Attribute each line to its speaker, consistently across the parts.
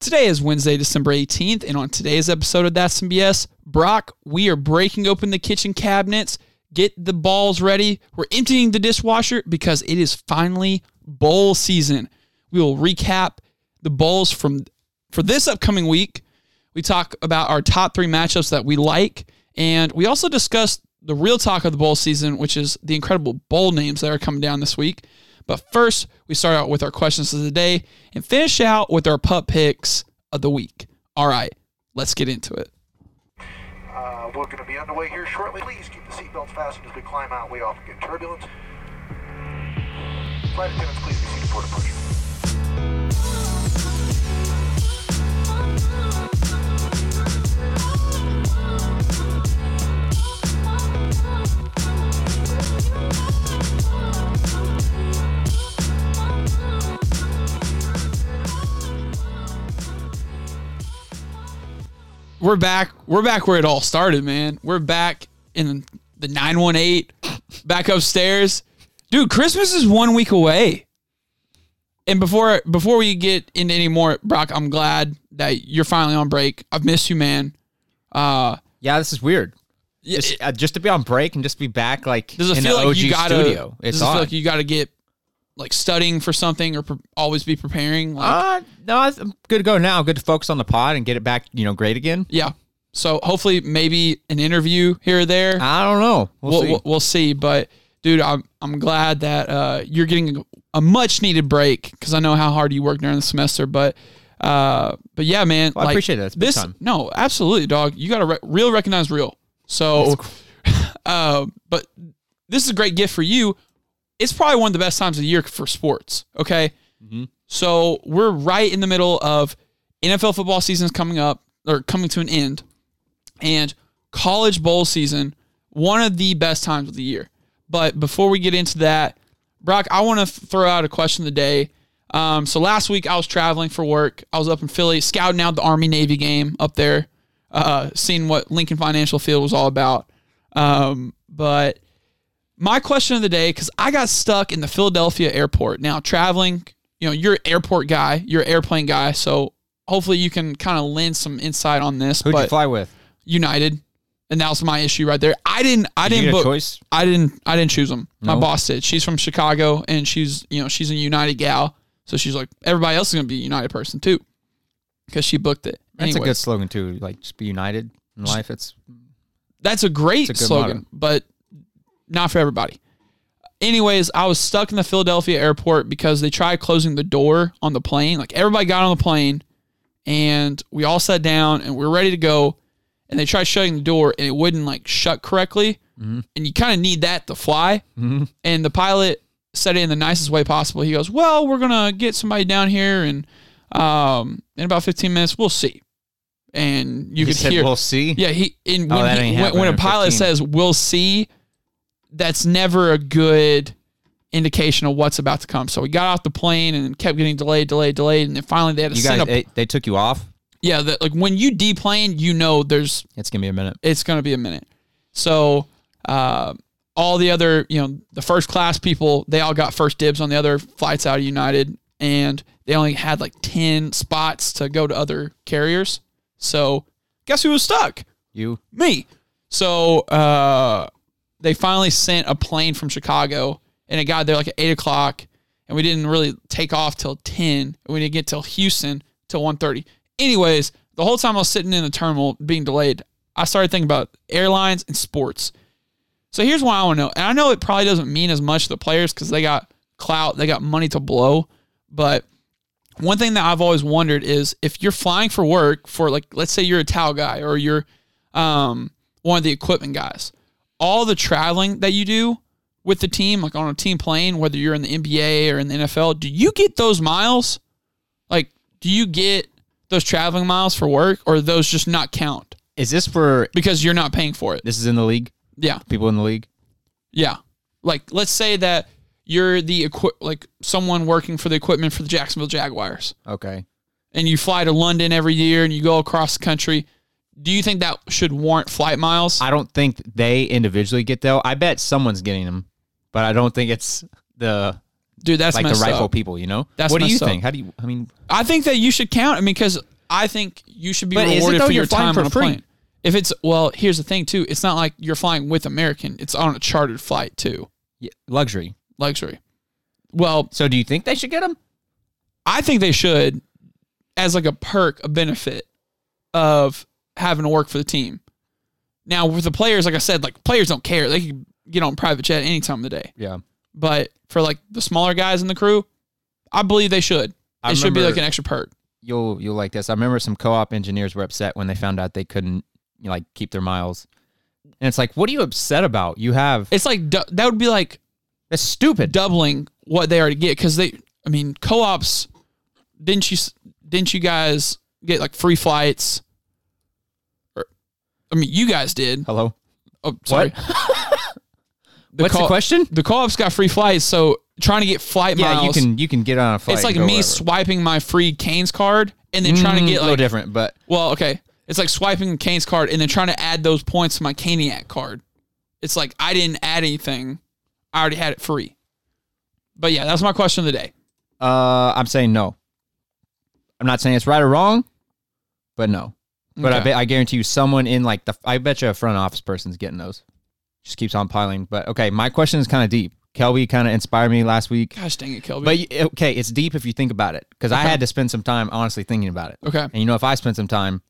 Speaker 1: Today is Wednesday, December 18th, and on today's episode of That's Some BS, Brock, we are breaking open the kitchen cabinets. Get the balls ready. We're emptying the dishwasher because it is finally bowl season. We will recap the bowls from for this upcoming week. We talk about our top three matchups that we like, and we also discuss the real talk of the bowl season, which is the incredible bowl names that are coming down this week. But first, we start out with our questions of the day and finish out with our pup picks of the week. All right, let's get into it.
Speaker 2: Uh, we're going to be underway here shortly. Please keep the seatbelts fastened as we climb out. We often get turbulence. Flight attendants, please be seated for departure.
Speaker 1: We're back. We're back where it all started, man. We're back in the 918, back upstairs. Dude, Christmas is one week away. And before before we get into any more, Brock, I'm glad that you're finally on break. I've missed you, man. Uh
Speaker 3: Yeah, this is weird.
Speaker 1: yeah,
Speaker 3: Just,
Speaker 1: it-
Speaker 3: uh, just to be on break and just be back like
Speaker 1: does it
Speaker 3: in
Speaker 1: feel
Speaker 3: the
Speaker 1: like
Speaker 3: OG
Speaker 1: you gotta
Speaker 3: studio. It's
Speaker 1: does it
Speaker 3: on.
Speaker 1: feel like you gotta get like studying for something or pre- always be preparing? Like,
Speaker 3: uh, no, I- I'm good to go now. I'm good to focus on the pod and get it back, you know, great again.
Speaker 1: yeah. So hopefully maybe an interview here or there.
Speaker 3: I don't know. We'll,
Speaker 1: we'll,
Speaker 3: see.
Speaker 1: we'll, we'll see. But dude, I'm I'm glad that uh, you're getting a much needed break because I know how hard you work during the semester. But uh, but yeah, man,
Speaker 3: Well, I appreciate that. It's big
Speaker 1: this
Speaker 3: time.
Speaker 1: no, absolutely, dog. You got to re- real recognize real. So, uh, but this is a great gift for you. It's probably one of the best times of the year for sports. Okay,
Speaker 3: Mm-hmm.
Speaker 1: so we're right in the middle of NFL football season is coming up or coming to an end, and college bowl season, one of the best times of the year. But before we get into that, Brock, I want to throw out a question of the day. Um, so last week I was traveling for work. I was up in Philly scouting out the Army Navy game up there, uh, seeing what Lincoln Financial Field was all about. Um, but my question of the day because I got stuck in the Philadelphia airport. Now traveling, you know, you're an airport guy, you're an airplane guy, so hopefully you can kind of lend some insight on this.
Speaker 3: Who'd
Speaker 1: but
Speaker 3: you fly with?
Speaker 1: United, and that was my issue right there. I didn't, I
Speaker 3: Did you
Speaker 1: didn't
Speaker 3: get a
Speaker 1: book.
Speaker 3: choice?
Speaker 1: I didn't, I didn't choose them. My
Speaker 3: No?
Speaker 1: boss did. She's from Chicago, and she's, you know, she's a United gal, so she's like, everybody else is gonna be a United person too, because she booked it.
Speaker 3: That's
Speaker 1: Anyway,
Speaker 3: a good slogan too. Like just be united in life. It's
Speaker 1: That's a great
Speaker 3: It's a good
Speaker 1: slogan,
Speaker 3: motto.
Speaker 1: but not for everybody. Anyways, I was stuck in the Philadelphia airport because they tried closing the door on the plane. Like everybody got on the plane and we all sat down and we are ready to go. And they tried shutting the door and it wouldn't like shut correctly.
Speaker 3: Mm-hmm.
Speaker 1: And you kind of need that to fly. And the pilot said it in the nicest way possible. He goes, Well, we're going to get somebody down here and um, in about 15 minutes, we'll see. And you
Speaker 3: he
Speaker 1: could
Speaker 3: said,
Speaker 1: hear.
Speaker 3: we'll see.
Speaker 1: Yeah, he and
Speaker 3: Oh,
Speaker 1: when,
Speaker 3: that
Speaker 1: he-
Speaker 3: ain't
Speaker 1: when, when a
Speaker 3: happening in
Speaker 1: pilot
Speaker 3: 15.
Speaker 1: says "we'll see," that's never a good indication of what's about to come. So we got off the plane and kept getting delayed, delayed, delayed, and then finally they had to
Speaker 3: You
Speaker 1: send
Speaker 3: guys,
Speaker 1: up.
Speaker 3: they, they took you off.
Speaker 1: yeah, that like when you deplane, you know there's
Speaker 3: It's gonna be a minute.
Speaker 1: it's going to be a minute. So uh, all the other, you know, the first class people, they all got first dibs on the other flights out of United, and they only had like ten spots to go to other carriers. So guess who was stuck?
Speaker 3: You
Speaker 1: me. So uh, they finally sent a plane from Chicago, and it got there like at eight o'clock, and we didn't really take off till ten. And we didn't get till Houston till one thirty. Anyways, the whole time I was sitting in the terminal being delayed, I started thinking about airlines and sports. So here's why I want to know, and I know it probably doesn't mean as much to the players because they got clout, they got money to blow, but one thing that I've always wondered is if you're flying for work for like let's say you're a towel guy or you're um, one of the equipment guys, all the traveling that you do with the team, like on a team plane, whether you're in the NBA or in the NFL, do you get those miles? Like, do you get those traveling miles for work, or those just not count
Speaker 3: is this for?
Speaker 1: because you're not paying for it?
Speaker 3: This is in the league.
Speaker 1: Yeah.
Speaker 3: People in the league.
Speaker 1: Yeah. Like let's say that you're the equi- like someone working for the equipment for the Jacksonville Jaguars
Speaker 3: Okay.
Speaker 1: and you fly to London every year and you go across the country. Do you think that should warrant flight miles?
Speaker 3: I don't think they individually get though. I bet someone's getting them, but I don't think it's the
Speaker 1: Dude, that's
Speaker 3: like the
Speaker 1: messed
Speaker 3: rightful
Speaker 1: up.
Speaker 3: people. You know.
Speaker 1: That's
Speaker 3: what do you
Speaker 1: messed up.
Speaker 3: think? How do you? I mean,
Speaker 1: I think that you should count. I mean, because I think you should be
Speaker 3: But is it,
Speaker 1: rewarded
Speaker 3: though?
Speaker 1: for
Speaker 3: You're
Speaker 1: your
Speaker 3: flying
Speaker 1: time
Speaker 3: for
Speaker 1: on a
Speaker 3: free.
Speaker 1: plane. If it's well, here's the thing too. It's not like you're flying with American. It's on a chartered flight too,
Speaker 3: Yeah, luxury.
Speaker 1: luxury. Well,
Speaker 3: So do you think they should get them?
Speaker 1: I think they should, as like a perk, a benefit of having to work for the team. Now with the players, like I said, like players don't care. They can get on private jet any time of the day.
Speaker 3: Yeah.
Speaker 1: But for like the smaller guys in the crew, I believe they should.
Speaker 3: I
Speaker 1: it should be
Speaker 3: remember-
Speaker 1: like an extra perk.
Speaker 3: You'll you'll like this. I remember some co-op engineers were upset when they found out they couldn't you know, like keep their miles. And it's like, what are you upset about? You have
Speaker 1: It's like du- that would be like
Speaker 3: that's stupid.
Speaker 1: doubling what they already get because they. I mean, co-ops. Didn't you? s- Didn't you guys get like free flights? Or, I mean, you guys did.
Speaker 3: Hello.
Speaker 1: Oh, sorry. The
Speaker 3: What's
Speaker 1: co-
Speaker 3: the question?
Speaker 1: The co-op's got free flights, so trying to get flight
Speaker 3: Yeah,
Speaker 1: miles.
Speaker 3: you can you can get on a flight.
Speaker 1: it's
Speaker 3: and
Speaker 1: like me
Speaker 3: go wherever.
Speaker 1: swiping my free Canes card and then trying
Speaker 3: Mm,
Speaker 1: to
Speaker 3: a
Speaker 1: get
Speaker 3: little
Speaker 1: like.
Speaker 3: different, but
Speaker 1: Well, okay. It's like swiping the Canes card and then trying to add those points to my Caniac card. It's like I didn't add anything. I already had it free. But yeah, that's my question of the day.
Speaker 3: Uh, I'm saying no. I'm not saying it's right or wrong, but no. But I
Speaker 1: Okay.
Speaker 3: bet I guarantee you, someone in like the I bet you a front office person's getting those. Just keeps on piling. But okay, my question is kind of deep. Kelby kind of inspired me last week.
Speaker 1: Gosh dang it, Kelby.
Speaker 3: But you- okay, it's deep if you think about it, because I
Speaker 1: Okay.
Speaker 3: had to spend some time honestly thinking about it.
Speaker 1: okay.
Speaker 3: And you know, if I spend some time,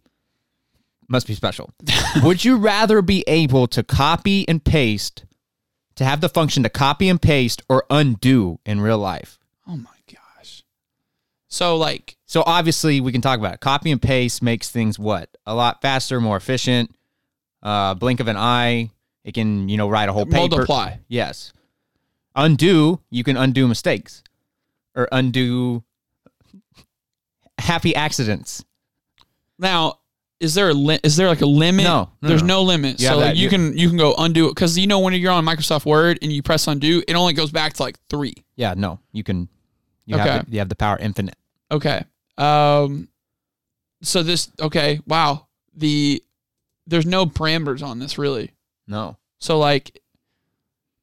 Speaker 3: must be special. Would you rather be able to copy and paste, to have the function to copy and paste or undo in real life?
Speaker 1: Oh my gosh. So like
Speaker 3: So obviously, we can talk about it. copy and paste makes things what a lot faster, more efficient. Uh, blink of an eye, it can you know write a whole paper.
Speaker 1: multiply.
Speaker 3: Yes. Undo, you can undo mistakes, or undo happy accidents.
Speaker 1: Now, is there a li- is there like a limit?
Speaker 3: No, no,
Speaker 1: there's no,
Speaker 3: no.
Speaker 1: limit.
Speaker 3: You
Speaker 1: so
Speaker 3: have
Speaker 1: like
Speaker 3: that-
Speaker 1: you
Speaker 3: you-
Speaker 1: can you can go undo it because you know when you're on Microsoft Word and you press undo, it only goes back to like three.
Speaker 3: Yeah, no, you can. You
Speaker 1: Okay.
Speaker 3: have the, you have the power infinite.
Speaker 1: Okay. Um. So this okay. Wow. The there's no parameters on this really.
Speaker 3: No.
Speaker 1: So like,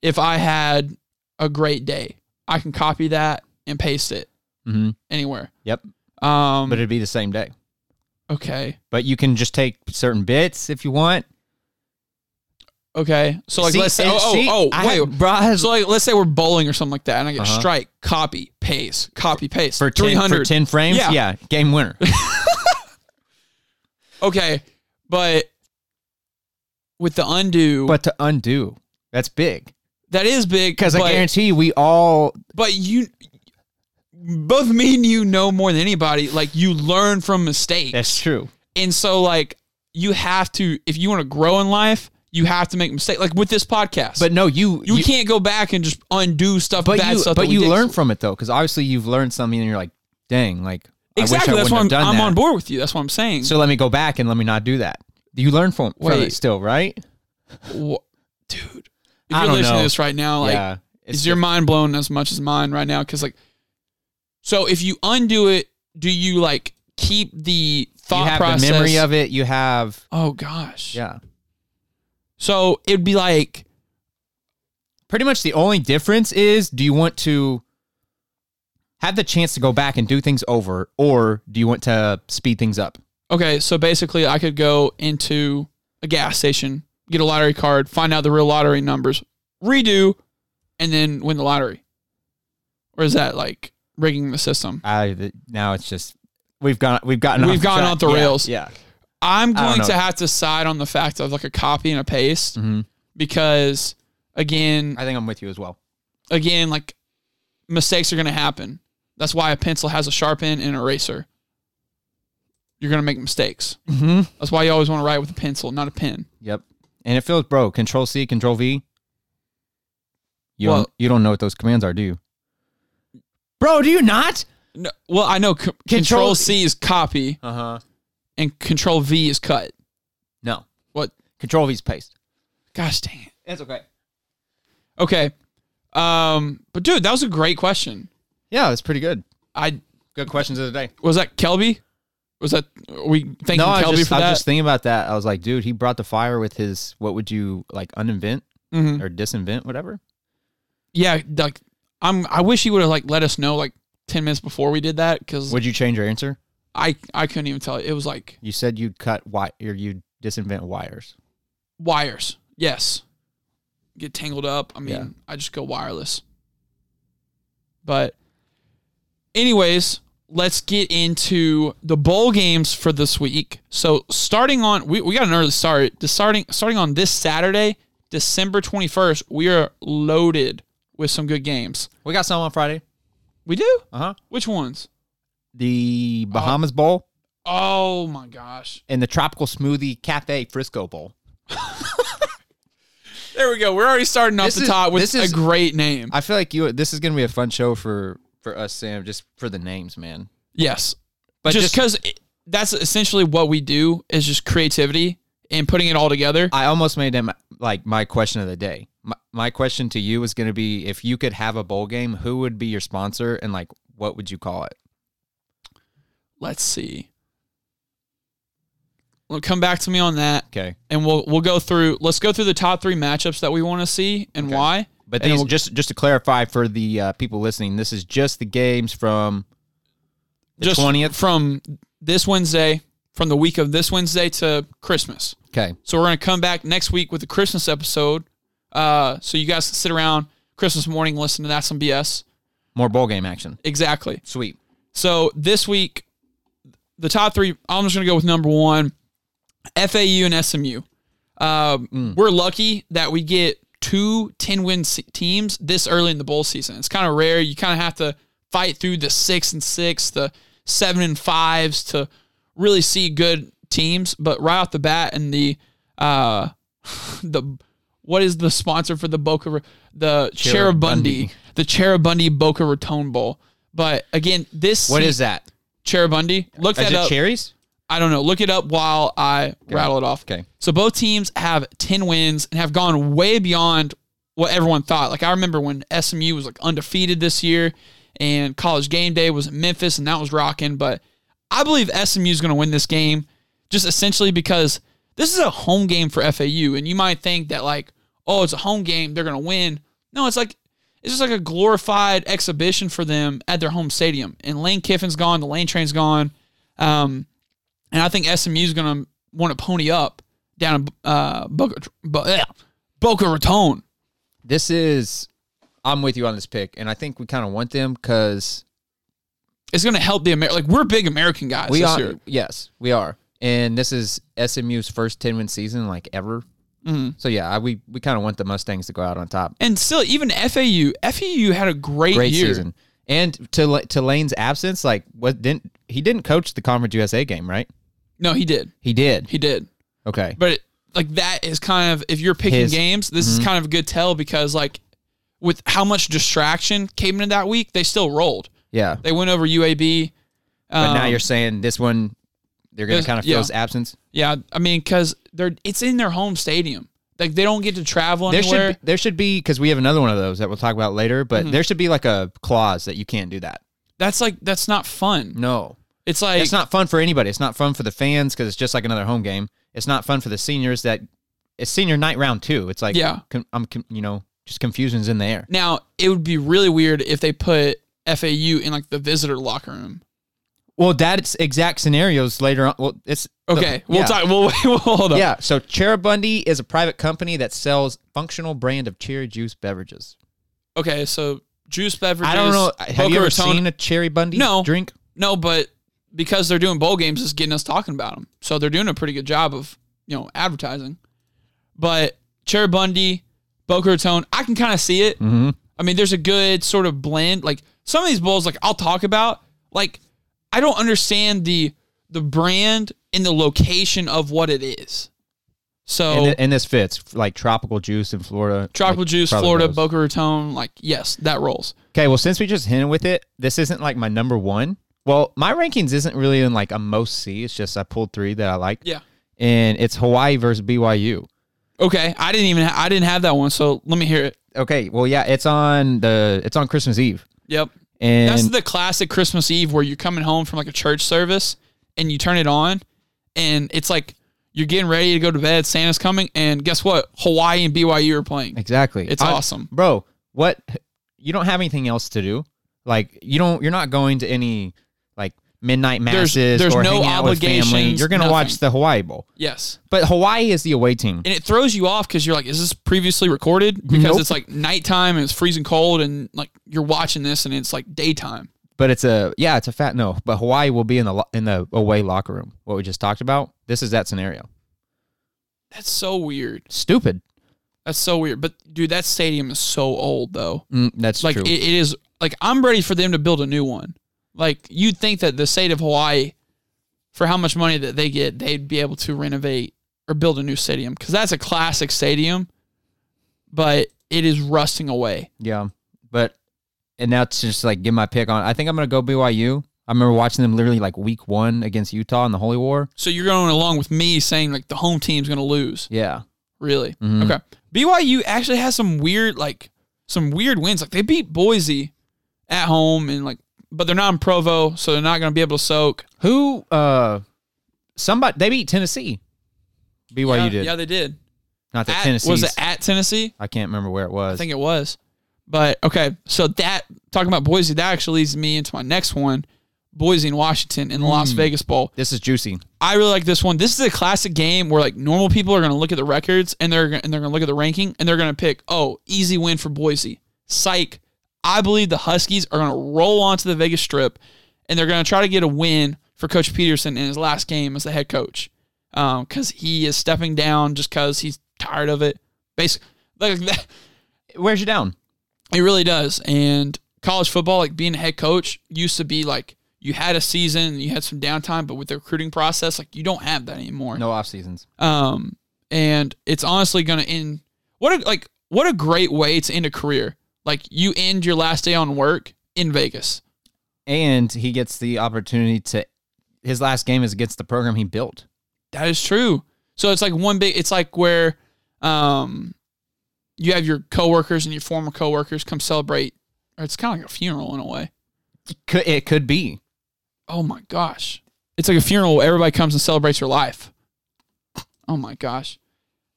Speaker 1: if I had a great day, I can copy that and paste it
Speaker 3: hmm
Speaker 1: anywhere.
Speaker 3: Yep.
Speaker 1: Um.
Speaker 3: But it'd be the same day.
Speaker 1: okay.
Speaker 3: But you can just take certain bits if you want.
Speaker 1: Okay. So like,
Speaker 3: See,
Speaker 1: let's say.
Speaker 3: and
Speaker 1: Oh, oh,
Speaker 3: see,
Speaker 1: oh,
Speaker 3: I
Speaker 1: wait.
Speaker 3: had- bro, I had-
Speaker 1: So like, let's say we're bowling or something like that, and I get
Speaker 3: Uh-huh.
Speaker 1: strike, copy, paste, copy, paste
Speaker 3: for 10,
Speaker 1: three
Speaker 3: for
Speaker 1: hundred.
Speaker 3: 10 frames,
Speaker 1: Yeah.
Speaker 3: yeah, game winner.
Speaker 1: Okay, but with the undo,
Speaker 3: but to undo, that's big.
Speaker 1: that is big
Speaker 3: Because
Speaker 1: but-
Speaker 3: I guarantee you, we all
Speaker 1: but you, both me and you know more than anybody. Like you learn from mistakes,
Speaker 3: true.
Speaker 1: and so like you have to if you want to grow in life, you have to make mistakes. Like with this podcast,
Speaker 3: But no, you
Speaker 1: you, can't go back and just undo stuff.
Speaker 3: But
Speaker 1: bad
Speaker 3: you
Speaker 1: stuff that
Speaker 3: but
Speaker 1: we
Speaker 3: you
Speaker 1: did.
Speaker 3: learn from it though, because obviously you've learned something, and you're like, dang, like
Speaker 1: Exactly.
Speaker 3: I wish I
Speaker 1: that's
Speaker 3: wouldn't
Speaker 1: why
Speaker 3: have
Speaker 1: I'm,
Speaker 3: done
Speaker 1: I'm
Speaker 3: that.
Speaker 1: on board with you. That's what I'm saying.
Speaker 3: So let me go back and let me not do that. You learn from, from
Speaker 1: Wait.
Speaker 3: it still, right?
Speaker 1: Wha- dude, if
Speaker 3: I
Speaker 1: you're
Speaker 3: don't
Speaker 1: listening
Speaker 3: know.
Speaker 1: to this right now, like,
Speaker 3: yeah,
Speaker 1: is your mind blown as much as mine right now? Because like, so if you undo it, do you like keep the
Speaker 3: you
Speaker 1: thought
Speaker 3: have
Speaker 1: process?
Speaker 3: the memory of it. You have
Speaker 1: oh gosh,
Speaker 3: yeah.
Speaker 1: So it'd be like,
Speaker 3: Pretty much the only difference is, do you want to have the chance to go back and do things over, or do you want to speed things up?
Speaker 1: okay, so basically, I could go into a gas station, get a lottery card, find out the real lottery numbers, redo, and then win the lottery. Or is that like rigging the system?
Speaker 3: I th- now it's just we've gone we've gotten
Speaker 1: We've
Speaker 3: off
Speaker 1: gone
Speaker 3: track.
Speaker 1: off the
Speaker 3: Yeah,
Speaker 1: rails.
Speaker 3: Yeah.
Speaker 1: I'm
Speaker 3: I don't
Speaker 1: going to
Speaker 3: know.
Speaker 1: have to side on the fact of like a copy and a paste
Speaker 3: Mhm.
Speaker 1: because again,
Speaker 3: I think I'm with you as well.
Speaker 1: again, like mistakes are going to happen. That's why a pencil has a sharp end and an eraser. You're going to make mistakes.
Speaker 3: Mm-hmm.
Speaker 1: That's why you always want to write with a pencil, not a pen.
Speaker 3: Yep. And it feels, bro. Control C, Control V. You don't,
Speaker 1: Well-
Speaker 3: you don't know what those commands are, do you? Bro, do you not?
Speaker 1: No, well, I know c-
Speaker 3: Control-
Speaker 1: control C is copy
Speaker 3: Uh huh.
Speaker 1: and control V is cut.
Speaker 3: No.
Speaker 1: What?
Speaker 3: Control V's paste.
Speaker 1: Gosh dang it.
Speaker 3: That's okay.
Speaker 1: Okay. Um, but dude, that was a great question.
Speaker 3: Yeah, that's pretty good.
Speaker 1: I
Speaker 3: Good questions of the day.
Speaker 1: was that Kelby? Was that are we thanking
Speaker 3: no, I
Speaker 1: Kelby
Speaker 3: was, just,
Speaker 1: for
Speaker 3: I was
Speaker 1: that?
Speaker 3: just thinking about that. I was like, dude, he brought the fire with his. What would you like uninvent
Speaker 1: Mhm.
Speaker 3: or disinvent, whatever?
Speaker 1: yeah, like I'm. I wish he would have like let us know like ten minutes before we did that because
Speaker 3: Would you change your answer?
Speaker 1: I I couldn't even tell you. It was like
Speaker 3: You said you'd cut wi- or you'd disinvent wires.
Speaker 1: wires. Yes. Get tangled up. I mean,
Speaker 3: Yeah.
Speaker 1: I just go wireless. But anyways, let's get into the bowl games for this week. So starting on we, we got an early start. The starting starting on this Saturday, December 21st, we are loaded with some good games.
Speaker 3: We got some on Friday.
Speaker 1: We do?
Speaker 3: Uh huh.
Speaker 1: Which ones?
Speaker 3: The Bahamas Bowl
Speaker 1: Oh my gosh.
Speaker 3: and the Tropical Smoothie Cafe Frisco Bowl.
Speaker 1: There we go. We're already starting off
Speaker 3: This
Speaker 1: the
Speaker 3: is-
Speaker 1: top with
Speaker 3: this is-
Speaker 1: a great name.
Speaker 3: I feel like you. This is gonna be a fun show for for us, Sam. Just for the names, man.
Speaker 1: yes.
Speaker 3: But
Speaker 1: just because that's essentially what we do is just creativity and putting it all together.
Speaker 3: I almost made them like my question of the day. My, my question to you is going to be if you could have a bowl game, who would be your sponsor and like what would you call it?
Speaker 1: Let's see. Well, come back to me on that,
Speaker 3: Okay.
Speaker 1: and we'll we'll go through. Let's go through the top three matchups that we want to see and why.
Speaker 3: But
Speaker 1: And
Speaker 3: these,
Speaker 1: we'll-
Speaker 3: just just to clarify for the uh, people listening, this is just the games from the
Speaker 1: just
Speaker 3: 20th.
Speaker 1: from this Wednesday, from the week of this Wednesday to Christmas.
Speaker 3: okay.
Speaker 1: So we're gonna come back next week with the Christmas episode. Uh, so you guys can sit around Christmas morning, listen to that some BS.
Speaker 3: More bowl game action.
Speaker 1: Exactly.
Speaker 3: Sweet.
Speaker 1: So this week, the top three. I'm just gonna go with number one, FAU and SMU. Um, We're lucky that we get two 10 win se- teams this early in the bowl season. It's kind of rare. You kind of have to fight through the six and six, the seven and fives to really see good teams. But right off the bat, in the uh, the what is the sponsor for the Boca Ra- the Cherubundi
Speaker 3: Cherubundi.
Speaker 1: the Cherubundi Boca Raton Bowl. But again, this
Speaker 3: What is that?
Speaker 1: Cherubundi? Look
Speaker 3: Is
Speaker 1: that
Speaker 3: it
Speaker 1: up.
Speaker 3: cherries?
Speaker 1: I don't know. Look it up while I rattle it off.
Speaker 3: Okay.
Speaker 1: So both teams have 10 wins and have gone way beyond what everyone thought. Like I remember when SMU was like undefeated this year and college game day was in Memphis and that was rocking, but I believe SMU is going to win this game just essentially because this is a home game for FAU and you might think that like oh it's a home game they're going to win. No, it's like it's just like a glorified exhibition for them at their home stadium. And Lane Kiffin's gone, the Lane Train's gone. Um, and I think SMU's going to want to pony up down in uh, Boca, Bo- yeah, Boca Raton.
Speaker 3: This is I'm with you on this pick and I think we kind of want them cuz
Speaker 1: It's going to help the Amer- like we're big American guys
Speaker 3: we
Speaker 1: this
Speaker 3: are
Speaker 1: year.
Speaker 3: yes, we are. And this is SMU's first 10 win season like ever.
Speaker 1: Mhm.
Speaker 3: So yeah, I, we we kind of want the Mustangs to go out on top.
Speaker 1: And still, even FAU, FAU had a great,
Speaker 3: great
Speaker 1: year.
Speaker 3: season. And to La- to Lane's absence, like what didn't he didn't coach the Conference USA game, right?
Speaker 1: No, he did.
Speaker 3: He did.
Speaker 1: He did.
Speaker 3: Okay.
Speaker 1: But it, like that is kind of if you're picking
Speaker 3: His- Mm-hmm.
Speaker 1: games, this is kind of a good tell because like with how much distraction came into that week, they still rolled.
Speaker 3: Yeah.
Speaker 1: They went over UAB.
Speaker 3: But now
Speaker 1: Um,
Speaker 3: you're saying this one they're going
Speaker 1: Yes,
Speaker 3: to kind of feel
Speaker 1: yeah.
Speaker 3: his absence.
Speaker 1: yeah. I mean, because they're it's in their home stadium. Like they don't get to travel
Speaker 3: There
Speaker 1: anywhere.
Speaker 3: should be, there should be cuz we have another one of those that we'll talk about later, but
Speaker 1: Mm-hmm.
Speaker 3: there should be like a clause that you can't do that.
Speaker 1: that's like that's not fun.
Speaker 3: No.
Speaker 1: It's like
Speaker 3: it's not fun for anybody. It's not fun for the fans cuz it's just like another home game. It's not fun for the seniors that it's senior night round 2. It's like
Speaker 1: Yeah.
Speaker 3: con- I'm con- you know, just confusion's in the air.
Speaker 1: now. It would be really weird if they put FAU in like the visitor locker room.
Speaker 3: Well, that's exact scenarios later on. Well, it's
Speaker 1: Okay, we'll
Speaker 3: yeah.
Speaker 1: talk. We'll, we'll hold up.
Speaker 3: Yeah, so Cherubundi is a private company that sells functional brand of cherry juice beverages.
Speaker 1: Okay, so juice beverages.
Speaker 3: I don't know. Have
Speaker 1: Boca
Speaker 3: you ever
Speaker 1: Raton-
Speaker 3: seen a cherry bundy
Speaker 1: No.
Speaker 3: drink?
Speaker 1: No, but because they're doing bowl games, it's getting us talking about them. So they're doing a pretty good job of you know advertising. But Cherubundi, Boca Raton, I can kind of see it.
Speaker 3: Mm-hmm.
Speaker 1: I mean, there's a good sort of blend. Like some of these bowls, like I'll talk about. Like I don't understand the the brand and the location of what it is. So
Speaker 3: And, thi- and this fits like tropical juice in Florida.
Speaker 1: tropical
Speaker 3: like,
Speaker 1: juice,
Speaker 3: probably
Speaker 1: Florida,
Speaker 3: goes.
Speaker 1: Boca Raton. Like yes, that rolls.
Speaker 3: Okay, well, since we just hinted with it, this isn't like my number one. Well, my rankings isn't really in like a most see. It's just I pulled three that I like,
Speaker 1: Yeah.
Speaker 3: and it's Hawaii versus BYU.
Speaker 1: Okay. I didn't even ha- I didn't have that one. So let me hear it.
Speaker 3: Okay, well, yeah, it's on the it's on Christmas Eve,
Speaker 1: Yep.
Speaker 3: and
Speaker 1: That's the classic Christmas Eve where you're coming home from like a church service and you turn it on and it's like you're getting ready to go to bed. Santa's coming and guess what? Hawaii and BYU are playing.
Speaker 3: Exactly.
Speaker 1: It's
Speaker 3: I-
Speaker 1: awesome.
Speaker 3: Bro, what you don't have anything else to do. Like you don't you're not going to any like midnight
Speaker 1: There's-
Speaker 3: masses
Speaker 1: there's
Speaker 3: or
Speaker 1: no
Speaker 3: hanging out with family.
Speaker 1: obligations,
Speaker 3: You're going to
Speaker 1: nothing.
Speaker 3: watch the Hawaii Bowl.
Speaker 1: Yes.
Speaker 3: But Hawaii is the away team.
Speaker 1: And it throws you off because you're like, is this previously recorded? Because
Speaker 3: Nope.
Speaker 1: it's like nighttime and it's freezing cold and like you're watching this and it's like daytime.
Speaker 3: But it's a yeah, it's a fat no. But Hawaii will be in the lo- in the away locker room. What we just talked about. This is that scenario.
Speaker 1: That's so weird.
Speaker 3: Stupid.
Speaker 1: That's so weird. But dude, that stadium is so old though.
Speaker 3: Mm, that's
Speaker 1: Like
Speaker 3: true.
Speaker 1: it, it is like I'm ready for them to build a new one. Like you'd think that the state of Hawaii, for how much money that they get, they'd be able to renovate or build a new stadium because that's a classic stadium, but it is rusting away.
Speaker 3: yeah. But and now to just like give my pick on. I think I'm gonna go BYU. I remember watching them literally like week one against Utah in the Holy War.
Speaker 1: So you're going along with me saying like the home team's going to lose,
Speaker 3: Yeah.
Speaker 1: really?
Speaker 3: Mhm.
Speaker 1: Okay. BYU actually has some weird like some weird wins. Like they beat Boise at home and like, but they're not in Provo, so they're not going to be able to soak.
Speaker 3: Who? Uh. Somebody they beat Tennessee. BYU
Speaker 1: yeah,
Speaker 3: did.
Speaker 1: Yeah, they did.
Speaker 3: Not that
Speaker 1: At-
Speaker 3: Tennessee.
Speaker 1: was it at Tennessee?
Speaker 3: I can't remember where it was.
Speaker 1: I think it was. But okay, so that talking about Boise, that actually leads me into my next one, Boise and Washington in the Las Vegas Bowl.
Speaker 3: this is juicy.
Speaker 1: I really like this one. This is a classic game where like normal people are going to look at the records and they're gonna- and they're going to look at the ranking and they're going to pick, "Oh, easy win for Boise." Psych. I believe the Huskies are going to roll onto the Vegas Strip and they're going to try to get a win for Coach Peterson in his last game as the head coach because he is stepping down just because he's tired of it. Basically, like that,
Speaker 3: Where's you down?
Speaker 1: it really does. And college football, like being a head coach, used to be like you had a season, you had some downtime, but with the recruiting process, like you don't have that anymore.
Speaker 3: No off seasons.
Speaker 1: Um, and it's honestly going to end. What a like what a great way to end a career. Like you end your last day on work in Vegas.
Speaker 3: and he gets the opportunity to his last game is against the program he built
Speaker 1: That is true. So it's like one big. It's like where, um, you have your coworkers and your former coworkers come celebrate. Or it's kind of like a funeral in a way.
Speaker 3: could, it could be
Speaker 1: Oh my gosh. It's like a funeral where everybody comes and celebrates your life. Oh my gosh.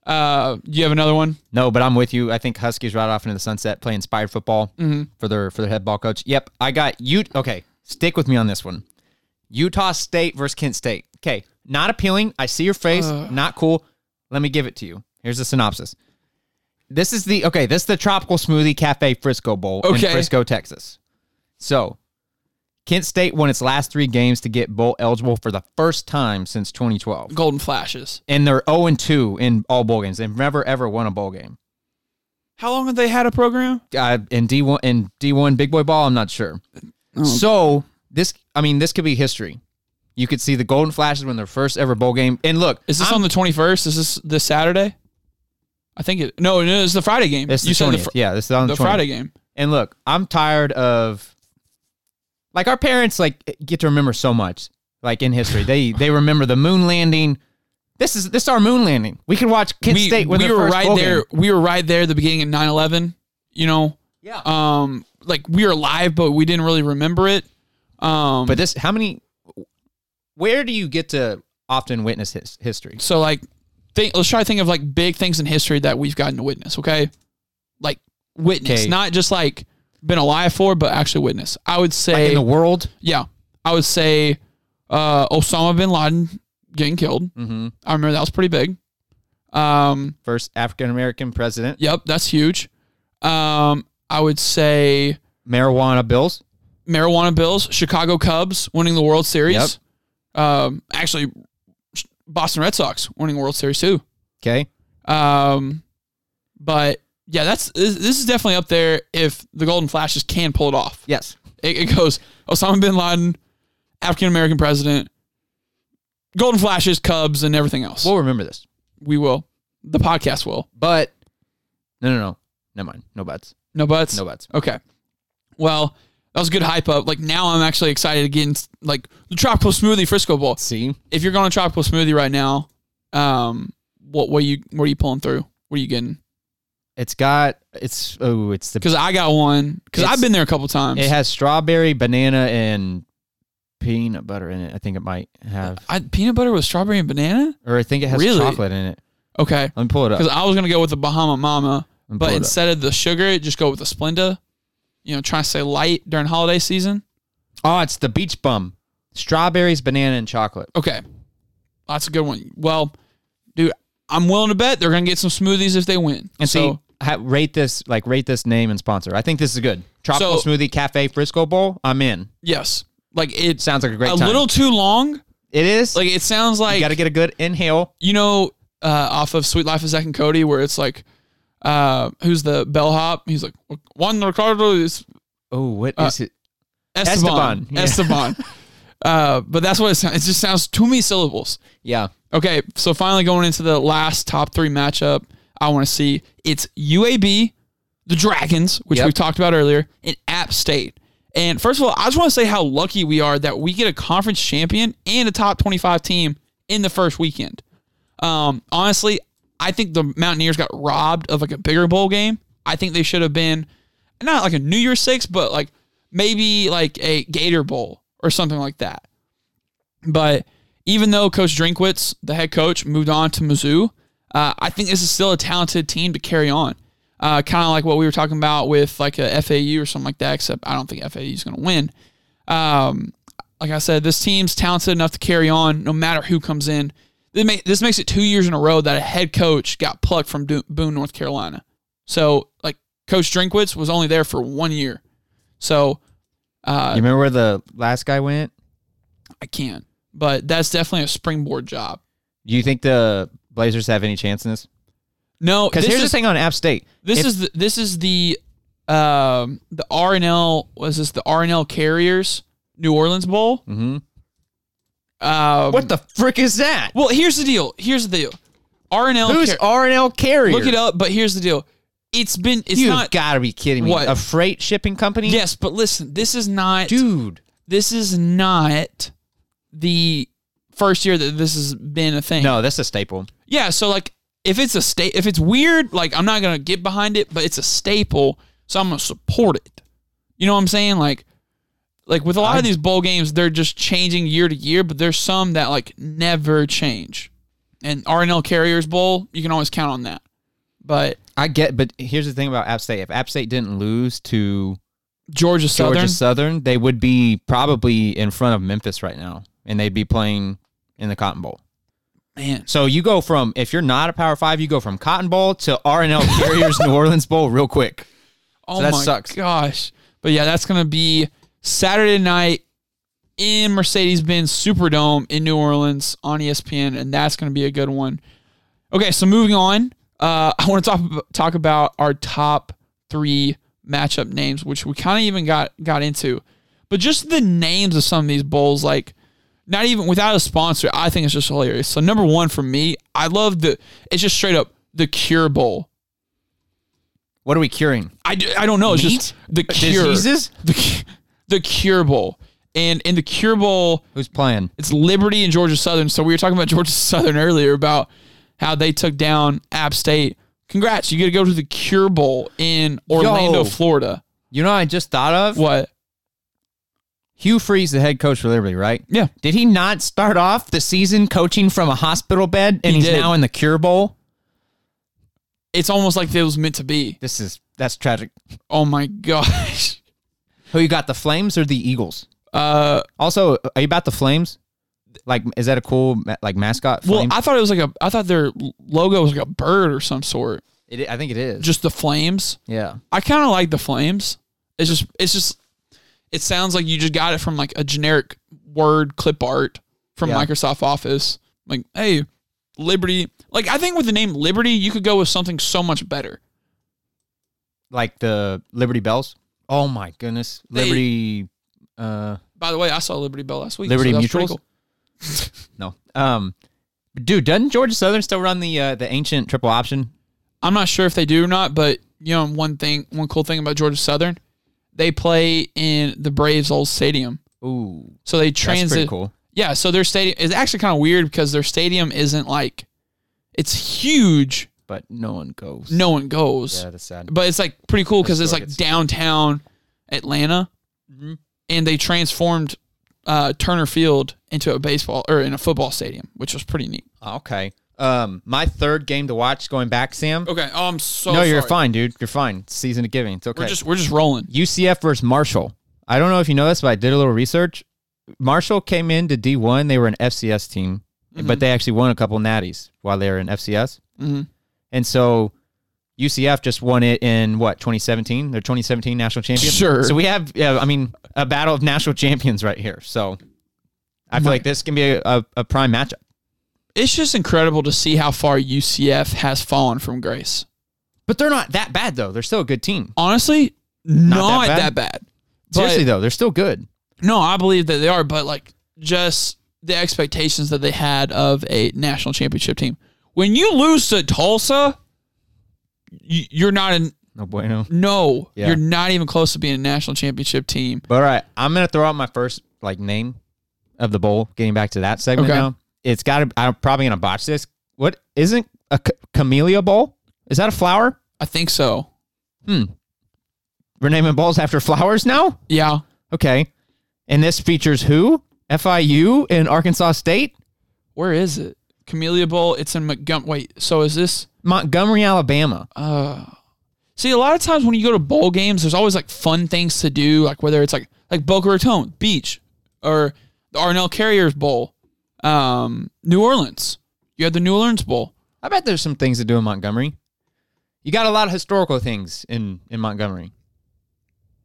Speaker 1: Uh, do you have another one?
Speaker 3: no but i'm with you i think huskies right off into the sunset play inspired football
Speaker 1: Mhm.
Speaker 3: for their for their head ball coach yep i got you okay stick with me on this one utah state versus kent state okay not appealing i see your face
Speaker 1: Ugh.
Speaker 3: not cool let me give it to you here's the synopsis this is the okay this is the tropical smoothie cafe frisco bowl in
Speaker 1: Okay.
Speaker 3: frisco texas so Kent State won its last three games to get bowl eligible for the first time since 2012.
Speaker 1: Golden flashes.
Speaker 3: And they're 0 2 in all bowl games. They've never, ever won a bowl game.
Speaker 1: How long have they had a program?
Speaker 3: Uh, in D1 in D1 big boy ball, I'm not sure. So this I mean, this could be history. You could see the golden flashes when their first ever bowl game. And look,
Speaker 1: Is this on
Speaker 3: I'm-
Speaker 1: the 21st? Is this this Saturday? I think it. No, no, it's the Friday game.
Speaker 3: it's the
Speaker 1: you said
Speaker 3: 20th.
Speaker 1: the, fr-
Speaker 3: yeah, this is on
Speaker 1: the
Speaker 3: the, 20th.
Speaker 1: Friday game.
Speaker 3: And look, I'm tired of like our parents like get to remember so much like in history. They they remember the moon landing. This is this is our moon landing. We could watch Kent
Speaker 1: we,
Speaker 3: State with
Speaker 1: we
Speaker 3: their
Speaker 1: were
Speaker 3: first
Speaker 1: right
Speaker 3: bowl
Speaker 1: there.
Speaker 3: game.
Speaker 1: We were right there at the beginning of 9/11. You know,
Speaker 3: Yeah.
Speaker 1: um, like we were live, but we didn't really remember it. Um,
Speaker 3: but this how many where do you get to often witness his, history?
Speaker 1: So like, think, let's try to think of like big things in history that we've gotten to witness. Okay, like witness,
Speaker 3: Okay.
Speaker 1: not just like been alive for, but actually witness. I would
Speaker 3: Like
Speaker 1: say,
Speaker 3: in the world?
Speaker 1: yeah, I would say uh, Osama bin Laden getting killed.
Speaker 3: Mm-hmm.
Speaker 1: I remember that was pretty big. Um,
Speaker 3: First African American president.
Speaker 1: yep, that's huge. Um, I would say
Speaker 3: Marijuana bills.
Speaker 1: marijuana bills, Chicago Cubs winning the World Series. Um, actually, Boston Red Sox winning World Series too.
Speaker 3: Okay.
Speaker 1: Um, but yeah, that's this this is definitely up there. If the Golden Flashes can pull it off,
Speaker 3: Yes.
Speaker 1: it, it goes Osama bin Laden, African American president, Golden Flashes, Cubs, and everything else.
Speaker 3: We'll remember this.
Speaker 1: we will. The podcast will.
Speaker 3: But no no no. Never mind. No buts.
Speaker 1: No buts.
Speaker 3: No buts.
Speaker 1: Okay. Well, that was a good hype up. Like now, I'm actually excited again. Like the tropical smoothie Frisco Bowl.
Speaker 3: See?
Speaker 1: If you're going to tropical smoothie right now, um, what what you what are you pulling through? What are you getting?
Speaker 3: It's got it's oh it's the
Speaker 1: Because I got one. Because
Speaker 3: It's-
Speaker 1: I've been there a couple times.
Speaker 3: It has strawberry, banana, and peanut butter in it. I think it might have,
Speaker 1: I, peanut butter with strawberry and banana.
Speaker 3: or I think it has
Speaker 1: Really?
Speaker 3: chocolate in it.
Speaker 1: Okay,
Speaker 3: Let me pull it
Speaker 1: because
Speaker 3: up.
Speaker 1: I was gonna go with the Bahama Mama,
Speaker 3: Let
Speaker 1: but
Speaker 3: me pull it up.
Speaker 1: instead of the sugar, just go with the Splenda. You know, trying to stay light during holiday season.
Speaker 3: Oh, it's the beach bum. Strawberries, banana, and chocolate.
Speaker 1: Okay. That's a good one. Well, dude, I'm willing to bet they're going to get some smoothies if they win.
Speaker 3: And
Speaker 1: so,
Speaker 3: so, ha- rate this like rate this name and sponsor. I think this is good. Tropical
Speaker 1: So-
Speaker 3: Smoothie Cafe Frisco Bowl. I'm in.
Speaker 1: yes. Like it's
Speaker 3: Sounds like a great
Speaker 1: a
Speaker 3: time.
Speaker 1: little too long.
Speaker 3: it is.
Speaker 1: Like it sounds like
Speaker 3: you got to get a good inhale.
Speaker 1: you know, uh, off of Sweet Life of Zach and Cody, where it's like, uh, who's the bellhop? He's like, Juan Ricardo is
Speaker 3: Oh, what is it?
Speaker 1: Esteban.
Speaker 3: Esteban, yeah.
Speaker 1: Esteban. uh, but that's what it sounds. It just sounds too many syllables.
Speaker 3: Yeah.
Speaker 1: Okay, so finally going into the last top three matchup, I want to see it's UAB, the Dragons, which
Speaker 3: Yep.
Speaker 1: we talked about earlier, and App State. And first of all, I just want to say how lucky we are that we get a conference champion and a top twenty-five team in the first weekend. Um, honestly, I think the Mountaineers got robbed of like a bigger bowl game. I think they should have been not like a New Year's Six, but like maybe like a Gator Bowl or something like that. But even though Coach Drinkwitz, the head coach, moved on to Mizzou, uh, I think this is still a talented team to carry on. Uh, kind of like what we were talking about with like a FAU or something like that, except I don't think FAU is going to win. Um, like I said, this team's talented enough to carry on no matter who comes in. This, ma- this makes it two years in a row that a head coach got plucked from Do- Boone, North Carolina. So, like, Coach Drinkwitz was only there for one year. So,
Speaker 3: you remember where the last guy went?
Speaker 1: I can't. But that's definitely a springboard job.
Speaker 3: Do you think the Blazers have any chance in this?
Speaker 1: No,
Speaker 3: Because
Speaker 1: this
Speaker 3: here's
Speaker 1: is,
Speaker 3: the thing on App State.
Speaker 1: This
Speaker 3: If-
Speaker 1: is the, this is the um the RNL was this the RNL Carriers New Orleans Bowl? Mm-hmm. Um,
Speaker 3: what the frick is that?
Speaker 1: Well, here's the deal. Here's the deal. RNL.
Speaker 3: Who's
Speaker 1: Car-
Speaker 3: RNL Carrier?
Speaker 1: look it up. But here's the deal. It's been. It's
Speaker 3: You've
Speaker 1: not.
Speaker 3: got to be kidding me.
Speaker 1: What?
Speaker 3: A freight shipping company?
Speaker 1: yes, but listen. This is not.
Speaker 3: Dude.
Speaker 1: This is not the first year that this has been a thing.
Speaker 3: No, that's a staple.
Speaker 1: Yeah, so like if it's a state if it's weird, like I'm not gonna get behind it, but it's a staple, so I'm gonna support it. You know what I'm saying? Like like with a lot of these bowl games, they're just changing year to year, but there's some that like never change. And RNL Carriers Bowl, you can always count on that. But
Speaker 3: I get, but here's the thing about App State. If App State didn't lose to
Speaker 1: Georgia Southern,
Speaker 3: Georgia Southern, they would be probably in front of Memphis right now, and they'd be playing in the Cotton Bowl.
Speaker 1: man,
Speaker 3: So you go from if you're not a Power Five, you go from Cotton Bowl to RNL Carriers New Orleans Bowl real quick.
Speaker 1: oh
Speaker 3: that
Speaker 1: my
Speaker 3: sucks.
Speaker 1: gosh. But yeah, that's gonna be Saturday night in Mercedes Benz Superdome in New Orleans on E ESPN, and that's going to be a good one. Okay, so moving on, uh, I want to talk ab- talk about our top three matchup names, which we kind of even got got into, but just the names of some of these bowls, like not even without a sponsor, I think it's just hilarious. So number one for me, I love the it's just straight up the Cure Bowl.
Speaker 3: What are we curing?
Speaker 1: I, d- I don't know. It's just the cure.
Speaker 3: Diseases?
Speaker 1: The, Cu- the Cure Bowl. And in the Cure Bowl,
Speaker 3: Who's playing?
Speaker 1: it's Liberty and Georgia Southern. So we were talking about Georgia Southern earlier about how they took down App State. Congrats, you get to go to the Cure Bowl in Orlando,
Speaker 3: Yo.
Speaker 1: Florida.
Speaker 3: You know, what I just thought of
Speaker 1: What?
Speaker 3: Hugh Freeze, the head coach for Liberty, right?
Speaker 1: Yeah.
Speaker 3: Did he not start off the season coaching from a hospital bed, and
Speaker 1: He
Speaker 3: he's
Speaker 1: did.
Speaker 3: now in the Cure Bowl?
Speaker 1: It's almost like it was meant to be.
Speaker 3: This is that's tragic.
Speaker 1: Oh my gosh.
Speaker 3: Who you got, the Flames or the Eagles?
Speaker 1: Uh,
Speaker 3: Also, are you about the Flames? Like, is that a cool ma- like mascot?
Speaker 1: well,
Speaker 3: Flame?
Speaker 1: I thought it was like a. I thought their logo was like a bird or some sort.
Speaker 3: It I think it is.
Speaker 1: Just the flames.
Speaker 3: yeah,
Speaker 1: I kind of like the flames. It's just. It's just. It sounds like you just got it from like a generic word clip art from
Speaker 3: Yeah.
Speaker 1: Microsoft Office. Like, hey, Liberty. Like, I think with the name Liberty, you could go with something so much better.
Speaker 3: like the Liberty Bells. Oh my goodness,
Speaker 1: They-
Speaker 3: Liberty. uh,
Speaker 1: By the way, I saw Liberty Bell last week.
Speaker 3: Liberty
Speaker 1: that was pretty
Speaker 3: Mutuals? no, um, dude, doesn't Georgia Southern still run the uh, the ancient triple option?
Speaker 1: I'm not sure if they do or not, but you know, one thing, one cool thing about Georgia Southern, they play in the Braves' old stadium.
Speaker 3: Ooh,
Speaker 1: So they
Speaker 3: that's
Speaker 1: transit.
Speaker 3: pretty cool.
Speaker 1: Yeah, so their stadium is actually kind of weird because their stadium isn't like it's huge.
Speaker 3: But no one goes.
Speaker 1: No one goes,
Speaker 3: yeah, that's sad.
Speaker 1: but it's like pretty cool because it's
Speaker 3: Historic,
Speaker 1: like
Speaker 3: it's- Mm-hmm.
Speaker 1: downtown Atlanta, and they transformed uh, Turner Field into a baseball or in a football stadium, which was pretty neat.
Speaker 3: Ah, Okay. Um, my third game to watch going back, Sam.
Speaker 1: Okay, oh, I'm so
Speaker 3: no, you're
Speaker 1: sorry.
Speaker 3: fine, dude. You're fine. It's season of giving. It's okay.
Speaker 1: We're just we're just rolling.
Speaker 3: UCF versus Marshall. I don't know if you know this, but I did a little research. Marshall came into D1. They were an FCS team,
Speaker 1: Mm-hmm.
Speaker 3: but they actually won a couple natties while they were in FCS.
Speaker 1: Mhm.
Speaker 3: And so UCF just won it in what 2017, their 2017 national championship.
Speaker 1: Sure.
Speaker 3: So we have, yeah, I mean, a battle of national champions right here. So I feel like this can be a, a, a prime matchup.
Speaker 1: It's just incredible to see how far UCF has fallen from grace.
Speaker 3: But they're not that bad though. They're still a good team.
Speaker 1: Honestly, not,
Speaker 3: that
Speaker 1: that
Speaker 3: bad.
Speaker 1: bad. But-
Speaker 3: Seriously though, they're still good.
Speaker 1: No, I believe that they are, but like just the expectations that they had of a national championship team. When you lose to Tulsa, y- you're not in.
Speaker 3: No bueno.
Speaker 1: No,
Speaker 3: Yeah.
Speaker 1: you're not even close to being a national championship team.
Speaker 3: But all right, I'm gonna throw out my first like name of the bowl. Getting back to that segment
Speaker 1: Okay.
Speaker 3: now, it's got to. I'm probably gonna botch this. What isn't a c- camellia bowl? Is that a flower?
Speaker 1: I think so.
Speaker 3: We're naming bowls after flowers now.
Speaker 1: Yeah.
Speaker 3: Okay, and this features who? FIU and Arkansas State,
Speaker 1: Where is it? Camellia Bowl. It's in Montgomery. Wait. So is this?
Speaker 3: Montgomery, Alabama.
Speaker 1: See, a lot of times when you go to bowl games, there's always like fun things to do, like whether it's like like Boca Raton Beach or the Arnell Carriers Bowl, um, New Orleans. You have the New Orleans Bowl.
Speaker 3: I bet there's some things to do in Montgomery. You got a lot of historical things in in Montgomery.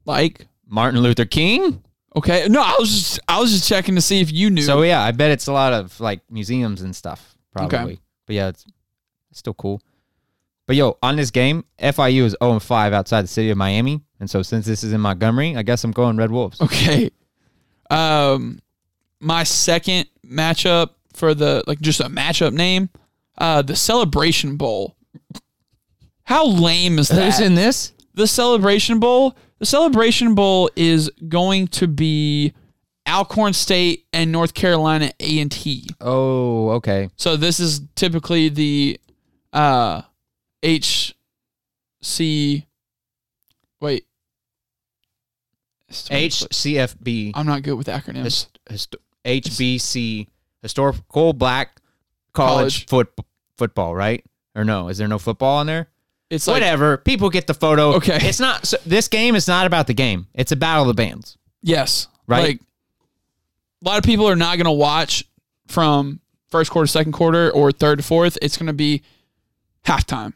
Speaker 1: Like
Speaker 3: Martin Luther King.
Speaker 1: Okay. No, I was just I was just checking to see if you knew.
Speaker 3: So yeah, I bet it's a lot of like museums and stuff probably.
Speaker 1: Okay.
Speaker 3: But yeah, it's, it's still cool. But yo, on this game, FIU is 0 5 outside the city of Miami, and so since this is in Montgomery, I guess I'm going Red Wolves.
Speaker 1: okay. Um my second matchup for the like just a matchup name, uh the Celebration Bowl. How lame is that?
Speaker 3: Who's in this?
Speaker 1: the Celebration Bowl. The Celebration Bowl is going to be Alcorn State and North Carolina A&T.
Speaker 3: Oh, okay.
Speaker 1: So this is typically the uh HC wait.
Speaker 3: HCFB,
Speaker 1: I'm not good with acronyms.
Speaker 3: his, hist- HBC, historical black college, Foot, football, right? Or no? Is there no football in there?
Speaker 1: it's like
Speaker 3: Whatever. People get the photo.
Speaker 1: Okay.
Speaker 3: It's not. So, this game is not about the game. It's a battle of the bands.
Speaker 1: yes,
Speaker 3: Right.
Speaker 1: Like a lot of people are not going to watch from first quarter, second quarter, or third to fourth. It's going to be halftime,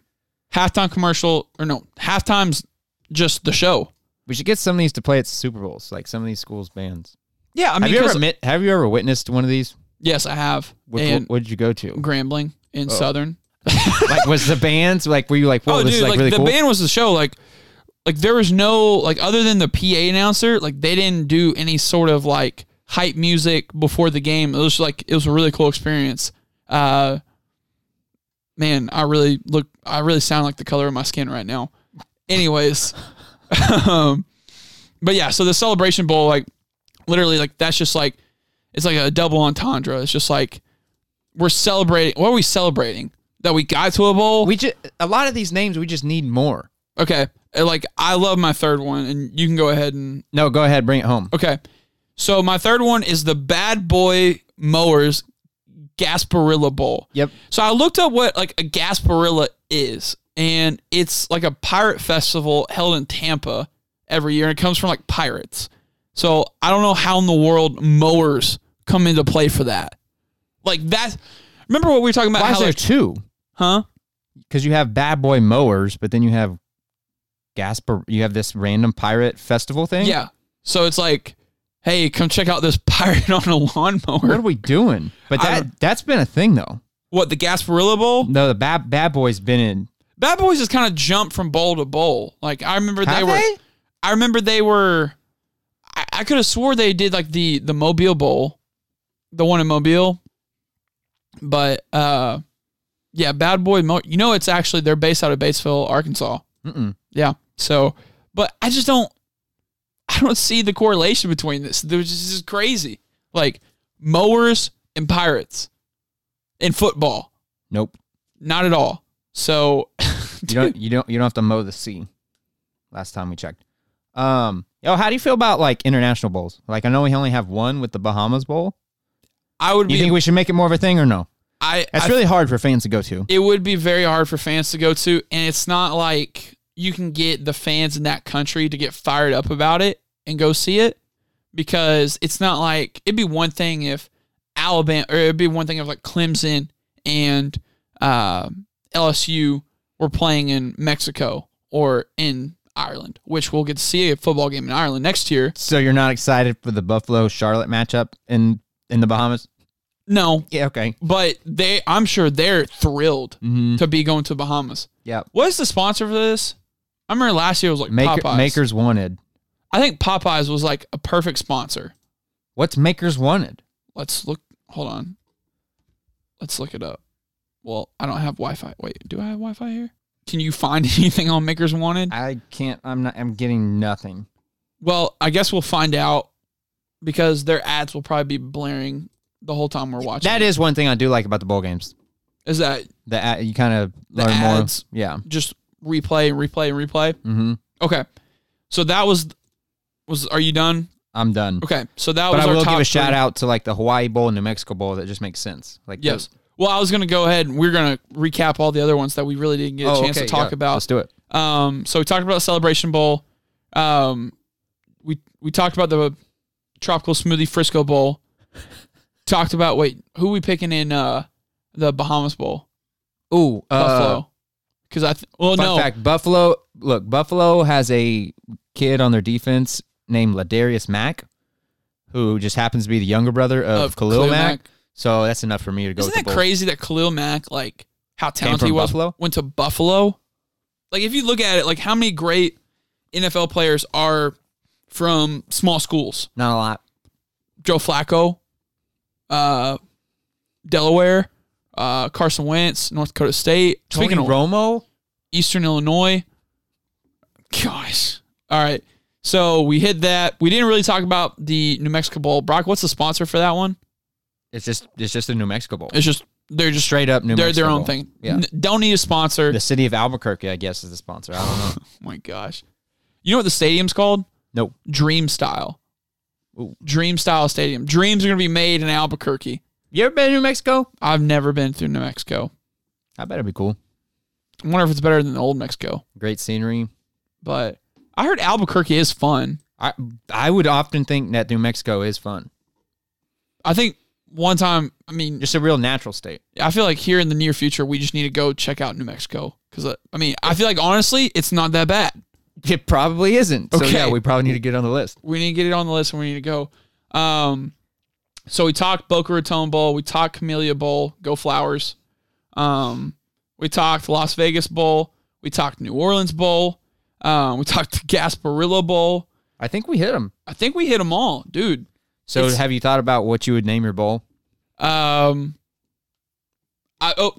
Speaker 1: halftime commercial, or no, halftime's just the show.
Speaker 3: We should get some of these to play at Super Bowls, like some of these schools' bands.
Speaker 1: Yeah, I
Speaker 3: Have
Speaker 1: mean,
Speaker 3: you ever
Speaker 1: 'cause-
Speaker 3: admit, have you ever witnessed one of these?
Speaker 1: yes, I have,
Speaker 3: Which,
Speaker 1: and
Speaker 3: what did you go to?
Speaker 1: Grambling in Southern.
Speaker 3: like, was the bands like? Were you like, whoa,
Speaker 1: oh, dude,
Speaker 3: this is like,
Speaker 1: like
Speaker 3: really
Speaker 1: the
Speaker 3: cool?
Speaker 1: band was the show. Like, like there was no like other than the PA announcer. Like they didn't do any sort of like hype music before the game. It was like it was a really cool experience. Uh, man, I really look. I really sound like the color of my skin right now. Anyways, um, but yeah. So the celebration bowl, like literally, like that's just like it's like a double entendre. It's just like we're celebrating. What are we celebrating? That we got to a bowl.
Speaker 3: we just a lot of these names. We just need more.
Speaker 1: Okay. Uh, Like I love my third one and you can go ahead and
Speaker 3: No, go ahead, bring it home.
Speaker 1: Okay. So my third one is the Bad Boy Mowers Gasparilla Bowl.
Speaker 3: Yep.
Speaker 1: So I looked up what like a Gasparilla is and it's like a pirate festival held in Tampa every year and it comes from like pirates. So I don't know how in the world mowers come into play for that. Like that Remember what we were talking about
Speaker 3: Why
Speaker 1: how
Speaker 3: is there
Speaker 1: like,
Speaker 3: two?
Speaker 1: huh?
Speaker 3: Because you have Bad Boy Mowers, but then you have Gasper. You have this random pirate festival thing.
Speaker 1: Yeah. So it's like, hey, come check out this pirate on a
Speaker 3: What are
Speaker 1: lawnmower.
Speaker 3: we doing? But
Speaker 1: I
Speaker 3: that
Speaker 1: don't-
Speaker 3: that's been a thing though.
Speaker 1: What, the Gasparilla Bowl?
Speaker 3: No, the Bad Bad Boy's been in.
Speaker 1: Bad Boys has kind of jumped from bowl to bowl. Like I remember they
Speaker 3: Have
Speaker 1: were
Speaker 3: they?
Speaker 1: I remember they were I, I could have swore they did like the the Mobile Bowl, the one in Mobile. But uh yeah, Bad Boy Mo- you know it's actually they're based out of Batesville, Arkansas.
Speaker 3: Mm-mm.
Speaker 1: Yeah. So but I just don't I don't see the correlation between this. There's just this is crazy. Like mowers and pirates in football.
Speaker 3: Nope.
Speaker 1: Not at all. So
Speaker 3: You don't you don't you don't have to mow the sea. Last time we checked. Um, yo, how do you feel about like international bowls? Like I know we only have one with the Bahamas Bowl.
Speaker 1: I would
Speaker 3: You
Speaker 1: be
Speaker 3: think we should make it more of a thing or no?
Speaker 1: I,
Speaker 3: That's
Speaker 1: I
Speaker 3: really hard for fans to go to.
Speaker 1: it would be very hard for fans to go to and it's not like you can get the fans in that country to get fired up about it and go see it because it's not like it'd be one thing if Alabama or it'd be one thing if like Clemson and um LSU were playing in Mexico or in Ireland, which we'll get to see a football game in Ireland next year.
Speaker 3: So you're not excited for the Buffalo Charlotte matchup in in the Bahamas?
Speaker 1: No,
Speaker 3: Yeah. Okay.
Speaker 1: but they I'm sure they're thrilled
Speaker 3: Mm-hmm.
Speaker 1: to be going to Bahamas.
Speaker 3: Yep.
Speaker 1: What is the sponsor for this? I remember last year it was like
Speaker 3: Maker,
Speaker 1: Popeyes.
Speaker 3: Makers wanted.
Speaker 1: I think Popeyes was like a perfect sponsor.
Speaker 3: What's Makers wanted?
Speaker 1: Let's look. Hold on. Let's look it up. Well, I don't have Wi Fi. Wait, do I have Wi Fi here? Can you find anything on Makers Wanted?
Speaker 3: I can't. I'm not. I'm getting nothing.
Speaker 1: Well, I guess we'll find out because their ads will probably be blaring the whole time we're watching.
Speaker 3: That is one thing I do like about the bowl games.
Speaker 1: is that
Speaker 3: The ad, you kind of
Speaker 1: The
Speaker 3: learn
Speaker 1: ads.
Speaker 3: more. Yeah.
Speaker 1: just replay and replay and replay?
Speaker 3: Mm-hmm.
Speaker 1: Okay. So that was was are you done?
Speaker 3: I'm done.
Speaker 1: Okay. So that
Speaker 3: But
Speaker 1: was
Speaker 3: I
Speaker 1: our
Speaker 3: will
Speaker 1: top
Speaker 3: give a shout
Speaker 1: three.
Speaker 3: out to like the Hawaii Bowl and New Mexico Bowl. That just makes sense. Like
Speaker 1: Yes.
Speaker 3: those-
Speaker 1: Well, I was gonna go ahead and we're gonna recap all the other ones that we really didn't get a
Speaker 3: Oh,
Speaker 1: chance
Speaker 3: okay,
Speaker 1: to talk
Speaker 3: yeah.
Speaker 1: about.
Speaker 3: Let's do it.
Speaker 1: Um, so we talked about Celebration Bowl. Um, we we talked about the Tropical Smoothie Frisco Bowl. talked about wait, who we picking in uh the Bahamas Bowl?
Speaker 3: Ooh,
Speaker 1: Buffalo. Because I th- well
Speaker 3: Uh, Fun
Speaker 1: uh, oh, no
Speaker 3: fact: Buffalo. Look, Buffalo has a kid on their defense named Ladarius Mack, who just happens to be the younger brother of,
Speaker 1: of
Speaker 3: Khalil, Mack. So that's enough for me to go.
Speaker 1: Isn't
Speaker 3: with the
Speaker 1: that
Speaker 3: Bulls.
Speaker 1: crazy that Khalil Mack like how talented
Speaker 3: from
Speaker 1: he was
Speaker 3: Buffalo?
Speaker 1: went to Buffalo? Like if you look at it, like how many great NFL players are from small schools?
Speaker 3: Not a lot.
Speaker 1: Joe Flacco, uh, Delaware, uh, Carson Wentz, North Dakota State. Speaking
Speaker 3: Tony
Speaker 1: of
Speaker 3: Romo,
Speaker 1: Eastern Illinois, gosh. All right, so we hit that. We didn't really talk about the New Mexico Bowl. Brock, what's the sponsor for that one?
Speaker 3: it's just it's just a New Mexico Bowl.
Speaker 1: It's just they're just
Speaker 3: Straight up New
Speaker 1: they're
Speaker 3: Mexico.
Speaker 1: their own
Speaker 3: Bowl.
Speaker 1: thing.
Speaker 3: Yeah.
Speaker 1: N- don't need a sponsor.
Speaker 3: The city of Albuquerque, I guess, is the sponsor. I don't know.
Speaker 1: Oh my gosh. You know what the stadium's called?
Speaker 3: Nope.
Speaker 1: Dream Style.
Speaker 3: Ooh.
Speaker 1: Dream Style Stadium. Dreams are going to be made in Albuquerque.
Speaker 3: You ever been to New Mexico?
Speaker 1: I've never been through New Mexico.
Speaker 3: I bet it'd be cool.
Speaker 1: I wonder if it's better than the old Mexico.
Speaker 3: Great scenery.
Speaker 1: But I heard Albuquerque is fun.
Speaker 3: I I would often think that New Mexico is fun.
Speaker 1: I think one time, I mean,
Speaker 3: Just a real natural state.
Speaker 1: I feel like here in the near future, we just need to go check out New Mexico. Because, I mean, I feel like honestly, it's not that bad.
Speaker 3: It probably isn't. So
Speaker 1: Okay.
Speaker 3: yeah, we probably need to get on the list.
Speaker 1: we need to get it on the list and we need to go. Um, so we talked Boca Raton Bowl, we talked Camellia Bowl, go Flowers. Um, we talked Las Vegas Bowl, we talked New Orleans Bowl, um, we talked Gasparilla Bowl.
Speaker 3: I think we hit them.
Speaker 1: I think we hit them all, dude.
Speaker 3: So
Speaker 1: It's-
Speaker 3: have you thought about what you would name your bowl?
Speaker 1: Um, I oh,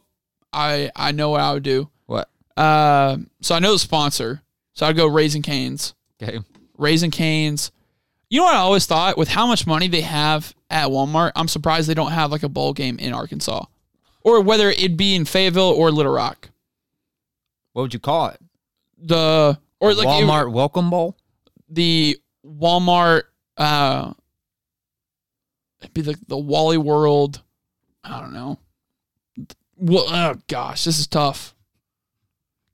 Speaker 1: I I know what I would do.
Speaker 3: What?
Speaker 1: Uh, so I know the sponsor, so I'd go Raising Canes.
Speaker 3: Okay.
Speaker 1: Raising Canes. You know what I always thought? With how much money they have at Walmart, I'm surprised they don't have like a bowl game in Arkansas, or whether it'd be in Fayetteville or Little Rock.
Speaker 3: What would you call it?
Speaker 1: The or like it-
Speaker 3: Walmart Welcome Bowl?
Speaker 1: the Walmart. Uh, it'd be like the Wally World. I don't know. Well, oh gosh, this is tough.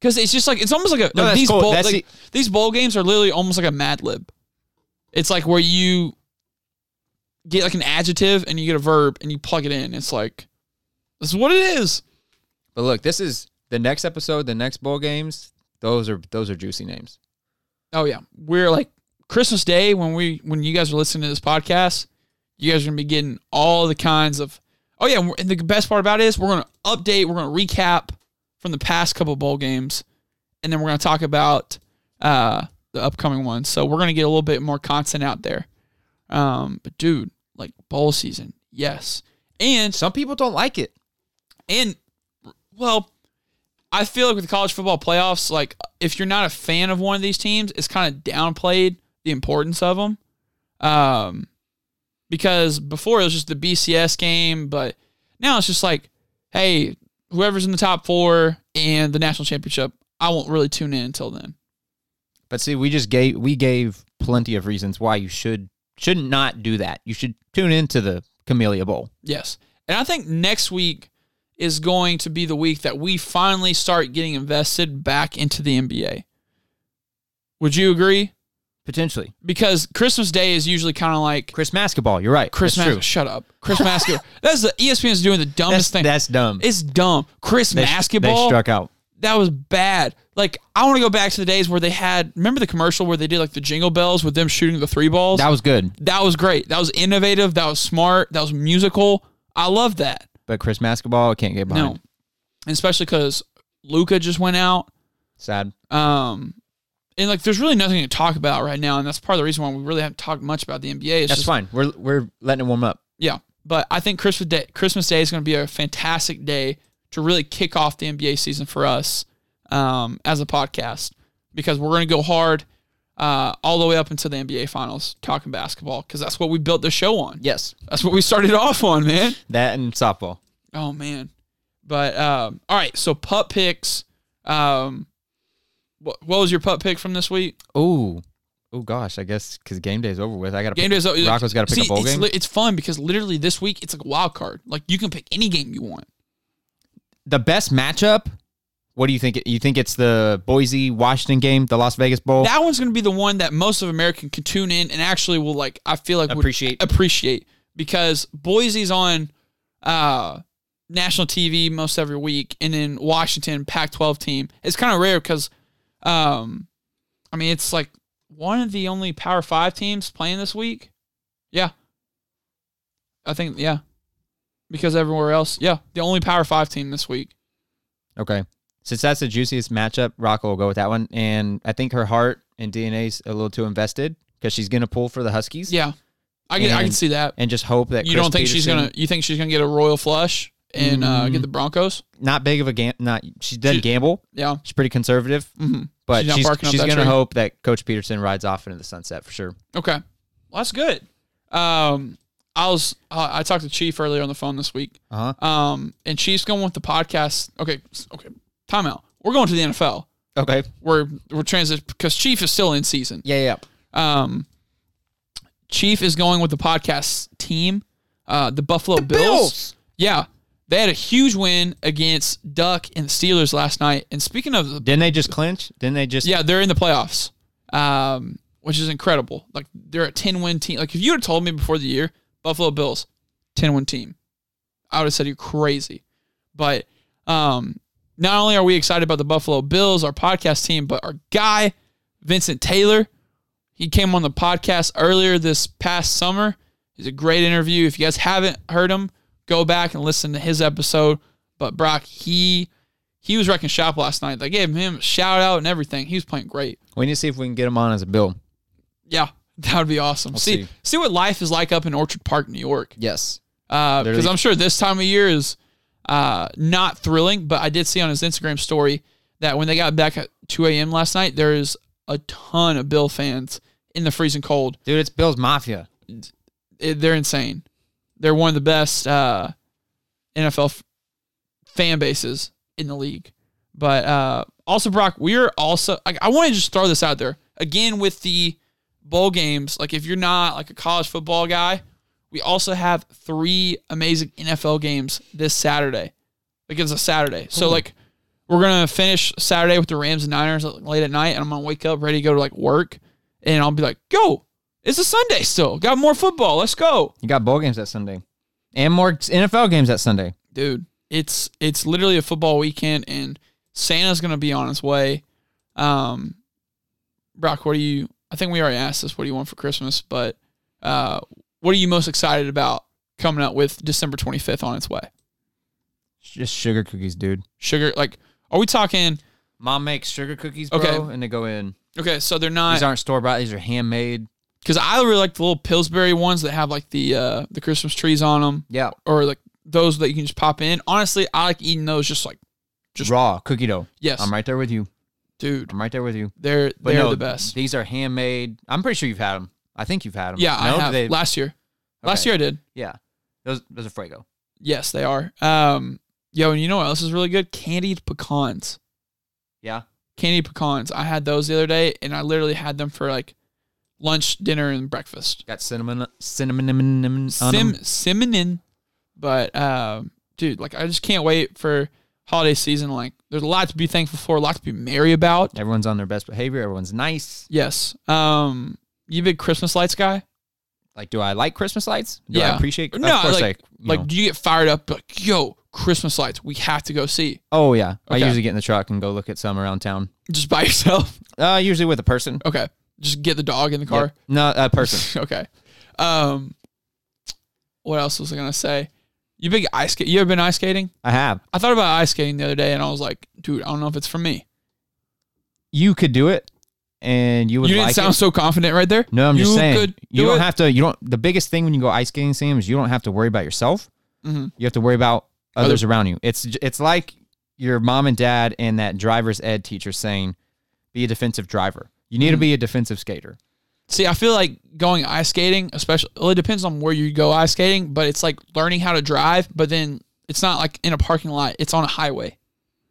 Speaker 1: Because it's just like it's almost like a
Speaker 3: No,
Speaker 1: like
Speaker 3: that's
Speaker 1: these
Speaker 3: cool.
Speaker 1: bowl,
Speaker 3: That's e-
Speaker 1: like, these bowl games are literally almost like a Mad Lib. It's like where you get like an adjective and you get a verb and you plug it in. It's like this is what it is.
Speaker 3: But look, this is the next episode, the next bowl games. Those are those are juicy names.
Speaker 1: Oh yeah, we're like Christmas Day when we when you guys are listening to this podcast, you guys are gonna be getting all the kinds of. Oh yeah, and we're- and the best part about it is we're gonna update, we're gonna recap from the past couple bowl games, and then we're gonna talk about uh, the upcoming ones. So we're gonna get a little bit more content out there. Um, but dude, like bowl season, yes, and
Speaker 3: Some people don't like it.
Speaker 1: and well, I feel like with the college football playoffs, like if you're not a fan of one of these teams, it's kind of downplayed the importance of them. Um, because before it was just the BCS game, but now it's just like, hey, whoever's in the top four and the national championship, I won't really tune in until then.
Speaker 3: But see, we just gave we gave plenty of reasons why you should should not do that. You should tune into the Camellia Bowl.
Speaker 1: Yes. And I think next week is going to be the week that we finally start getting invested back into the NBA. Would you agree?
Speaker 3: Potentially.
Speaker 1: because Christmas Day is usually kind of like
Speaker 3: Chris Basketball. You're right.
Speaker 1: Chris
Speaker 3: That's
Speaker 1: Mas-
Speaker 3: true.
Speaker 1: Shut up, Chris Basketball. That's the E ESPN's doing the
Speaker 3: That's,
Speaker 1: dumbest thing.
Speaker 3: that's dumb.
Speaker 1: it's dumb. Chris
Speaker 3: They-
Speaker 1: Basketball.
Speaker 3: They struck out.
Speaker 1: that was bad. Like I want to go back to the days where they had. Remember the commercial where they did like the jingle bells with them shooting the three balls.
Speaker 3: That was good.
Speaker 1: that was great. That was innovative. That was smart. That was musical. I love that.
Speaker 3: But Chris Basketball, I can't get
Speaker 1: No,
Speaker 3: behind.
Speaker 1: and especially because Luca just went out.
Speaker 3: Sad.
Speaker 1: Um, and like, there's really nothing to talk about right now, and that's part of the reason why we really haven't talked much about the NBA. It's
Speaker 3: That's
Speaker 1: just,
Speaker 3: fine. We're we're letting it warm up.
Speaker 1: Yeah, but I think Christmas Day, Christmas Day is going to be a fantastic day to really kick off the NBA season for us um, as a podcast because we're going to go hard uh, all the way up until the NBA Finals talking basketball because that's what we built the show on.
Speaker 3: Yes.
Speaker 1: That's what we started off on, man.
Speaker 3: That and softball.
Speaker 1: Oh man. But um, all right, so pup picks. Um, what, what was your pup pick from this week?
Speaker 3: Oh. Oh gosh, I guess because game day's over with. I got to
Speaker 1: Game days.
Speaker 3: Rocco's got to pick
Speaker 1: See,
Speaker 3: a bowl
Speaker 1: it's,
Speaker 3: game.
Speaker 1: li- it's fun because literally this week it's like a wild card. Like you can pick any game you want.
Speaker 3: the best matchup. What do you think? You think it's the Boise Washington game, the Las Vegas Bowl?
Speaker 1: That one's going to be the one that most of American can tune in and actually will like. I feel like would
Speaker 3: Appreciate.
Speaker 1: appreciate because Boise's on uh, national TV most every week, and then Washington Pac-12 team. It's kind of rare because, um, I mean, it's like one of the only Power Five teams playing this week. Yeah, I think yeah, because everywhere else, yeah, the only Power Five team this week.
Speaker 3: Okay. Since that's the juiciest matchup, Rocco will go with that one. And I think her heart and DNA's a little too invested because she's going to pull for the Huskies
Speaker 1: Yeah, I can I can
Speaker 3: And
Speaker 1: see that.
Speaker 3: and just hope that
Speaker 1: You
Speaker 3: Chris
Speaker 1: don't think she's
Speaker 3: Peterson-
Speaker 1: gonna? You think she's gonna get a royal flush and uh,
Speaker 3: Mm.
Speaker 1: get the Broncos?
Speaker 3: not big of a gam not she doesn't
Speaker 1: She-
Speaker 3: gamble.
Speaker 1: Yeah.
Speaker 3: She's pretty conservative, Mm-hmm.
Speaker 1: hmm
Speaker 3: but
Speaker 1: She's not
Speaker 3: she's
Speaker 1: barking up
Speaker 3: she's,
Speaker 1: that
Speaker 3: going to
Speaker 1: tree.
Speaker 3: hope that Coach Peterson rides off into the sunset for sure.
Speaker 1: Okay. Well, that's good. Um, I was I I talked to Chief earlier on the phone this week.
Speaker 3: Uh huh.
Speaker 1: Um, and Chief's going with the podcast. Okay. s- Okay. Timeout. We're going to the NFL.
Speaker 3: Okay.
Speaker 1: We're we're transit because Chief is still in season.
Speaker 3: Yeah, yeah.
Speaker 1: Um, Chief is going with the podcast team, uh, the Buffalo Bills. Yeah. They had a huge win against Duck and the Steelers last night. And speaking of the
Speaker 3: Didn't they just clinch? Didn't they just
Speaker 1: Yeah, they're in the playoffs, um, which is incredible. Like they're a ten win team. Like if you had told me before the year, Buffalo Bills, ten win team, I would have said you're crazy. But um, not only are we excited about the Buffalo Bills, our podcast team, but our guy Vincent Taylor, he came on the podcast earlier this past summer. It's a great interview. If you guys haven't heard him, go back and listen to his episode. But Brock, he he was wrecking shop last night. They gave him a shout out and everything. He was playing great.
Speaker 3: We need to see if we can get him on as a bill.
Speaker 1: Yeah, that would be awesome. see, see
Speaker 3: see.
Speaker 1: what life is like up in Orchard Park, New York. Uh,
Speaker 3: Yes.
Speaker 1: Because
Speaker 3: Literally.
Speaker 1: I'm sure this time of year is uh, not thrilling. But I did see on his Instagram story that when they got back at 2 a.m. last night, there is a ton of Bill fans in the freezing cold.
Speaker 3: Dude, it's Bill's Mafia.
Speaker 1: it, they're insane. They're one of the best uh, NFL f- fan bases in the league. But uh, also, Brock, we're also. I, I want to just throw this out there again with the bowl games. Like, if you're not like a college football guy, we also have three amazing NFL games this Saturday. Like it's a Saturday, so like we're gonna finish Saturday with the Rams and Niners like, late at night, and I'm gonna wake up ready to go to like work, and I'll be like, "Go! It's a Sunday still. Got more football. Let's go,
Speaker 3: You got bowl games that Sunday. And more NFL games that Sunday.
Speaker 1: dude." It's it's literally a football weekend, and Santa's gonna be on his way. Um, Brock, what do you? I think we already asked this. What do you want for Christmas? But uh, what are you most excited about coming up with December 25th on its way?
Speaker 3: Just sugar cookies, dude.
Speaker 1: Sugar, like, are we talking?
Speaker 3: Mom makes sugar cookies,
Speaker 1: Okay.
Speaker 3: and they go in.
Speaker 1: Okay, so they're not.
Speaker 3: These aren't store bought. These are handmade.
Speaker 1: because I really like the little Pillsbury ones that have like the uh, the Christmas trees on them,
Speaker 3: Yeah,
Speaker 1: or like those that you can just pop in. Honestly, I like eating those. Just like, Just-
Speaker 3: raw cookie dough.
Speaker 1: yes,
Speaker 3: I'm right there with you.
Speaker 1: dude,
Speaker 3: I'm right there with you.
Speaker 1: they're
Speaker 3: But
Speaker 1: they're
Speaker 3: no,
Speaker 1: the best.
Speaker 3: These are handmade. I'm pretty sure you've had them. I think you've had them.
Speaker 1: yeah, I
Speaker 3: um, No?
Speaker 1: have
Speaker 3: They-
Speaker 1: last year. Last
Speaker 3: okay.
Speaker 1: year I did.
Speaker 3: Yeah, those those are Fuego.
Speaker 1: Yes, they are. Um, yo, and you know what else is really good? Candied pecans.
Speaker 3: Yeah,
Speaker 1: Candied pecans. I had those the other day, and I literally had them for like lunch, dinner, and breakfast.
Speaker 3: got cinnamon, cinnamon, on 'em.
Speaker 1: um, Sim Simonin, but um, dude, like I just can't wait for holiday season. Like, there's a lot to be thankful for, a lot to be merry about.
Speaker 3: Everyone's on their best behavior. Everyone's nice.
Speaker 1: Yes. Um, you a big Christmas lights guy?
Speaker 3: Like, do I like Christmas lights? Do I appreciate?
Speaker 1: No,
Speaker 3: of course,
Speaker 1: like,
Speaker 3: I, you
Speaker 1: like,
Speaker 3: know.
Speaker 1: do you get fired up? Like, yo, Christmas lights, we have to go see
Speaker 3: oh yeah, I
Speaker 1: Okay.
Speaker 3: usually get in the truck and go look at some around town.
Speaker 1: just by yourself.
Speaker 3: Uh, usually with a person.
Speaker 1: Okay, just get the dog in the car.
Speaker 3: Yep. No, a person.
Speaker 1: okay. Um, what else was I gonna say? You big ice skate? You ever been ice skating?
Speaker 3: I have.
Speaker 1: I thought about ice skating the other day, and I was like, dude, I don't know if it's for me.
Speaker 3: You could do it, and you would
Speaker 1: you didn't
Speaker 3: like
Speaker 1: sound
Speaker 3: it.
Speaker 1: so confident right there.
Speaker 3: No, I'm
Speaker 1: you
Speaker 3: just saying
Speaker 1: Could
Speaker 3: you
Speaker 1: do
Speaker 3: don't
Speaker 1: it.
Speaker 3: have to. You don't. The biggest thing when you go ice skating, Sam, is you don't have to worry about yourself.
Speaker 1: Mhm.
Speaker 3: You have to worry about
Speaker 1: Other-
Speaker 3: others around you. It's j- it's like your mom and dad and that driver's ed teacher saying, "Be a defensive driver. You need
Speaker 1: Mm-hmm.
Speaker 3: to be a defensive skater."
Speaker 1: See, I feel like going ice skating, especially, well, it depends on where you go ice skating, but it's like learning how to drive, but then it's not like in a parking lot, it's on a highway.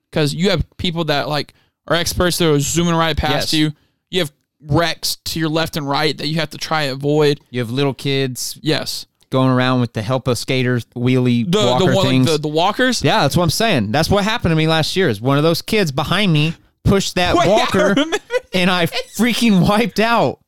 Speaker 1: Because you have people that like are experts that are zooming right past
Speaker 3: Yes.
Speaker 1: you. You have wrecks to your left and right that you have to try to avoid.
Speaker 3: You have little kids
Speaker 1: Yes.
Speaker 3: going around with the help of skaters, wheelie
Speaker 1: The
Speaker 3: walker
Speaker 1: the one like
Speaker 3: things.
Speaker 1: the, the walkers.
Speaker 3: yeah, that's what I'm saying. That's what happened to me last year. Is one of those kids behind me pushed that
Speaker 1: Wait, I
Speaker 3: walker,
Speaker 1: remember
Speaker 3: and I freaking wiped out.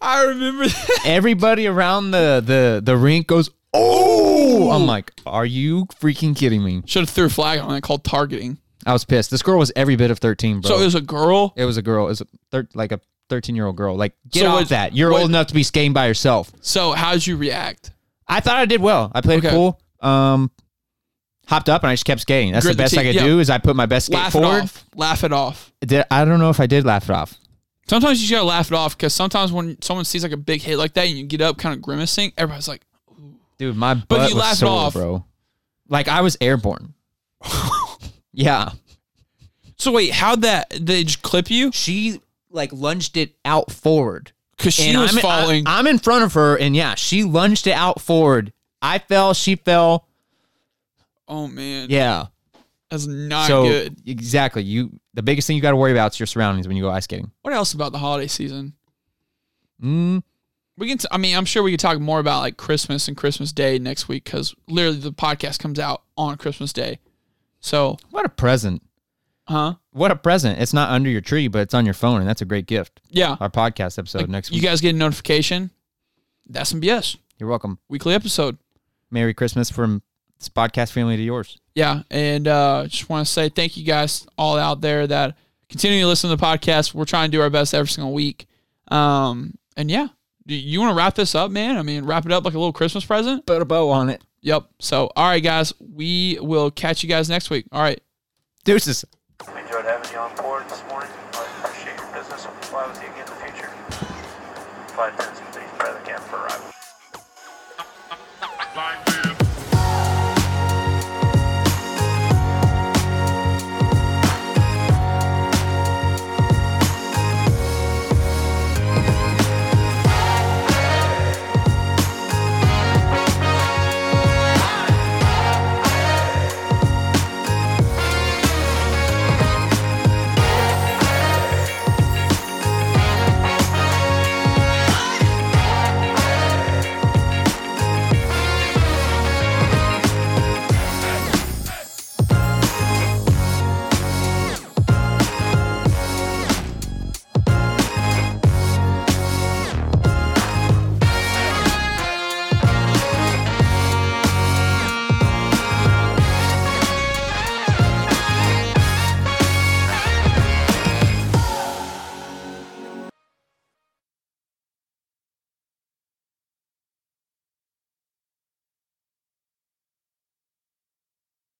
Speaker 1: I remember that.
Speaker 3: everybody around the the the rink goes, "Oh!" I'm like, "Are you freaking kidding me?"
Speaker 1: Should have threw a flag on it called targeting.
Speaker 3: I was pissed. This girl was every bit of 13, bro.
Speaker 1: So it was a girl.
Speaker 3: a girl. It was a thir- like a 13 year old girl. Like, get
Speaker 1: So
Speaker 3: off
Speaker 1: what-
Speaker 3: that. You're
Speaker 1: what-
Speaker 3: old enough to be skating by yourself.
Speaker 1: So how'd you react?
Speaker 3: I thought I did well. I played
Speaker 1: Okay.
Speaker 3: cool. Um, hopped up and I just kept skating. That's
Speaker 1: Grit
Speaker 3: the
Speaker 1: the
Speaker 3: best I
Speaker 1: teeth,
Speaker 3: could
Speaker 1: yeah.
Speaker 3: do. Is I put my best skate
Speaker 1: Laugh it
Speaker 3: forward.
Speaker 1: off. Laugh it off.
Speaker 3: Did, I don't know if I did laugh it off.
Speaker 1: Sometimes you just gotta laugh it off because sometimes when someone sees like a big hit like that and you get up kind of grimacing, everybody's like,
Speaker 3: Dude, my butt
Speaker 1: you
Speaker 3: was
Speaker 1: laugh it
Speaker 3: sore,
Speaker 1: off.
Speaker 3: bro. Like I was airborne. yeah.
Speaker 1: "So wait, how'd that? They just clip you?
Speaker 3: She like lunged it out forward.
Speaker 1: Because she
Speaker 3: And
Speaker 1: was
Speaker 3: I'm, I-
Speaker 1: falling.
Speaker 3: I'm in front of her, and yeah, she lunged it out forward. I fell. She fell.
Speaker 1: oh man,
Speaker 3: Yeah.
Speaker 1: that's not
Speaker 3: so
Speaker 1: good.
Speaker 3: exactly, you the biggest thing you got to worry about is your surroundings when you go ice skating.
Speaker 1: What else about the holiday season?
Speaker 3: Mm,
Speaker 1: We can. T- I mean, I'm sure we could talk more about like Christmas and Christmas Day next week because literally the podcast comes out on Christmas Day. So,
Speaker 3: what a present!
Speaker 1: huh?
Speaker 3: What a present! It's not under your tree, but it's on your phone, and that's a great gift.
Speaker 1: Yeah.
Speaker 3: Our podcast episode next
Speaker 1: You
Speaker 3: week.
Speaker 1: guys get a notification. That's some BS
Speaker 3: You're welcome.
Speaker 1: weekly episode.
Speaker 3: Merry Christmas from this podcast family to yours.
Speaker 1: yeah and uh just want to say thank you guys all out there that continue to listen to the podcast we're trying to do our best every single week um and yeah do you want to wrap this up man i mean wrap it up like a little christmas present
Speaker 3: Put a bow on it.
Speaker 1: yep so all right guys we will catch you guys next week all right
Speaker 3: Deuces.
Speaker 2: We enjoyed having you on board this morning. I appreciate your business. We'll fly with you again in the future. Flight 10